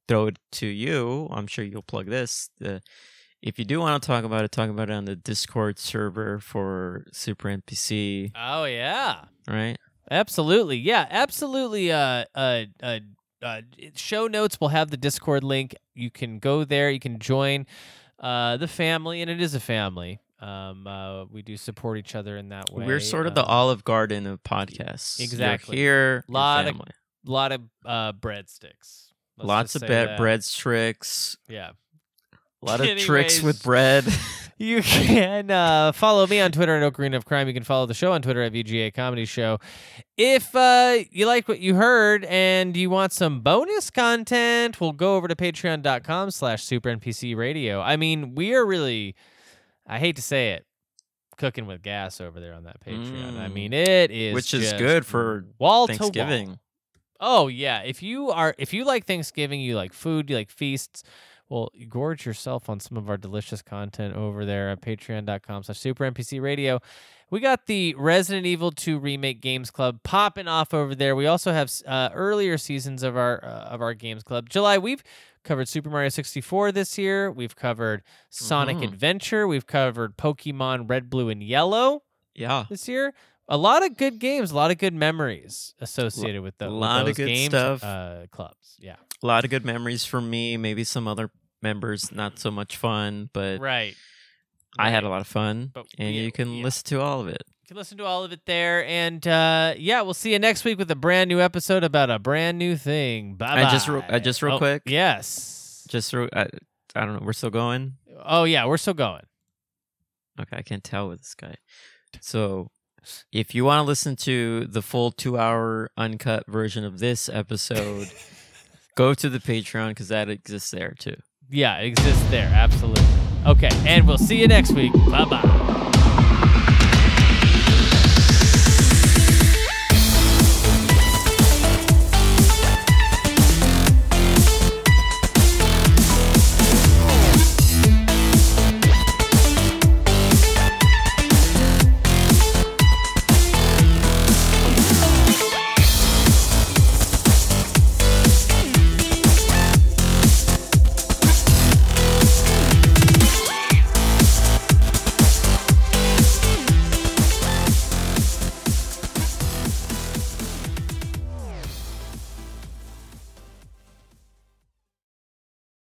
Speaker 3: throw it to you, I'm sure you'll plug this. Uh, if you do want to talk about it, talk about it on the Discord server for Super NPC,
Speaker 2: Oh yeah.
Speaker 3: right?
Speaker 2: Absolutely. Yeah, absolutely. Uh, uh, uh, uh, show notes will have the Discord link. You can go there. You can join uh, the family, and it is a family. Um, uh, we do support each other in that way.
Speaker 3: We're sort of the
Speaker 2: Um,
Speaker 3: Olive Garden of podcasts. You're
Speaker 2: Exactly.
Speaker 3: here, you're
Speaker 2: Lot of
Speaker 3: family.
Speaker 2: lot of uh, breadsticks. Let's
Speaker 3: lots
Speaker 2: just
Speaker 3: of
Speaker 2: say
Speaker 3: bread,
Speaker 2: that.
Speaker 3: bread tricks,
Speaker 2: Yeah.
Speaker 3: a lot of
Speaker 2: Anyways.
Speaker 3: tricks with bread.
Speaker 2: You can uh, follow me on Twitter at Ocarina of Crime. You can follow the show on Twitter at VGA Comedy Show. If uh, you like what you heard and you want some bonus content, we'll go over to patreon.com slash super NPC radio. I mean, we are really, I hate to say it, cooking with gas over there on that Patreon. I
Speaker 3: Mm.
Speaker 2: mean, it is
Speaker 3: Which is
Speaker 2: just
Speaker 3: good for
Speaker 2: wall to wall.
Speaker 3: Thanksgiving.
Speaker 2: Oh yeah, if you are if you like Thanksgiving, you like food, you like feasts, well, gorge yourself on some of our delicious content over there at patreon.com slash super NPC radio. We got the Resident Evil 2 Remake Games Club popping off over there. We also have uh, earlier seasons of our uh, of our Games Club. July, we've covered Super Mario 64 this year. We've covered Sonic
Speaker 3: Mhm.
Speaker 2: Adventure. We've covered Pokemon Red, Blue, and Yellow
Speaker 3: Yeah.
Speaker 2: this year. A lot of good games, a lot of good memories associated with, the, with
Speaker 3: lot of
Speaker 2: those
Speaker 3: good
Speaker 2: games,
Speaker 3: stuff.
Speaker 2: Uh, clubs, yeah,
Speaker 3: A lot of good memories for me. Maybe some other members, not so much fun, but
Speaker 2: right.
Speaker 3: I had a lot of fun.
Speaker 2: But
Speaker 3: and
Speaker 2: we-
Speaker 3: you can
Speaker 2: yeah.
Speaker 3: listen to all of it.
Speaker 2: You can listen to all of it there, and uh, yeah, we'll see you next week with a brand new episode about a brand new thing. Bye.
Speaker 3: I just real- I just real quick-
Speaker 2: Oh, Yes.
Speaker 3: Just, re- I, I don't know. We're still going.
Speaker 2: oh yeah, we're still going.
Speaker 3: Okay, I can't tell with this guy. So, if you want to listen to the full two hour uncut version of this episode, go to the Patreon because that exists there too.
Speaker 2: Yeah, it exists there. Absolutely. Okay, and we'll see you next week. Bye bye.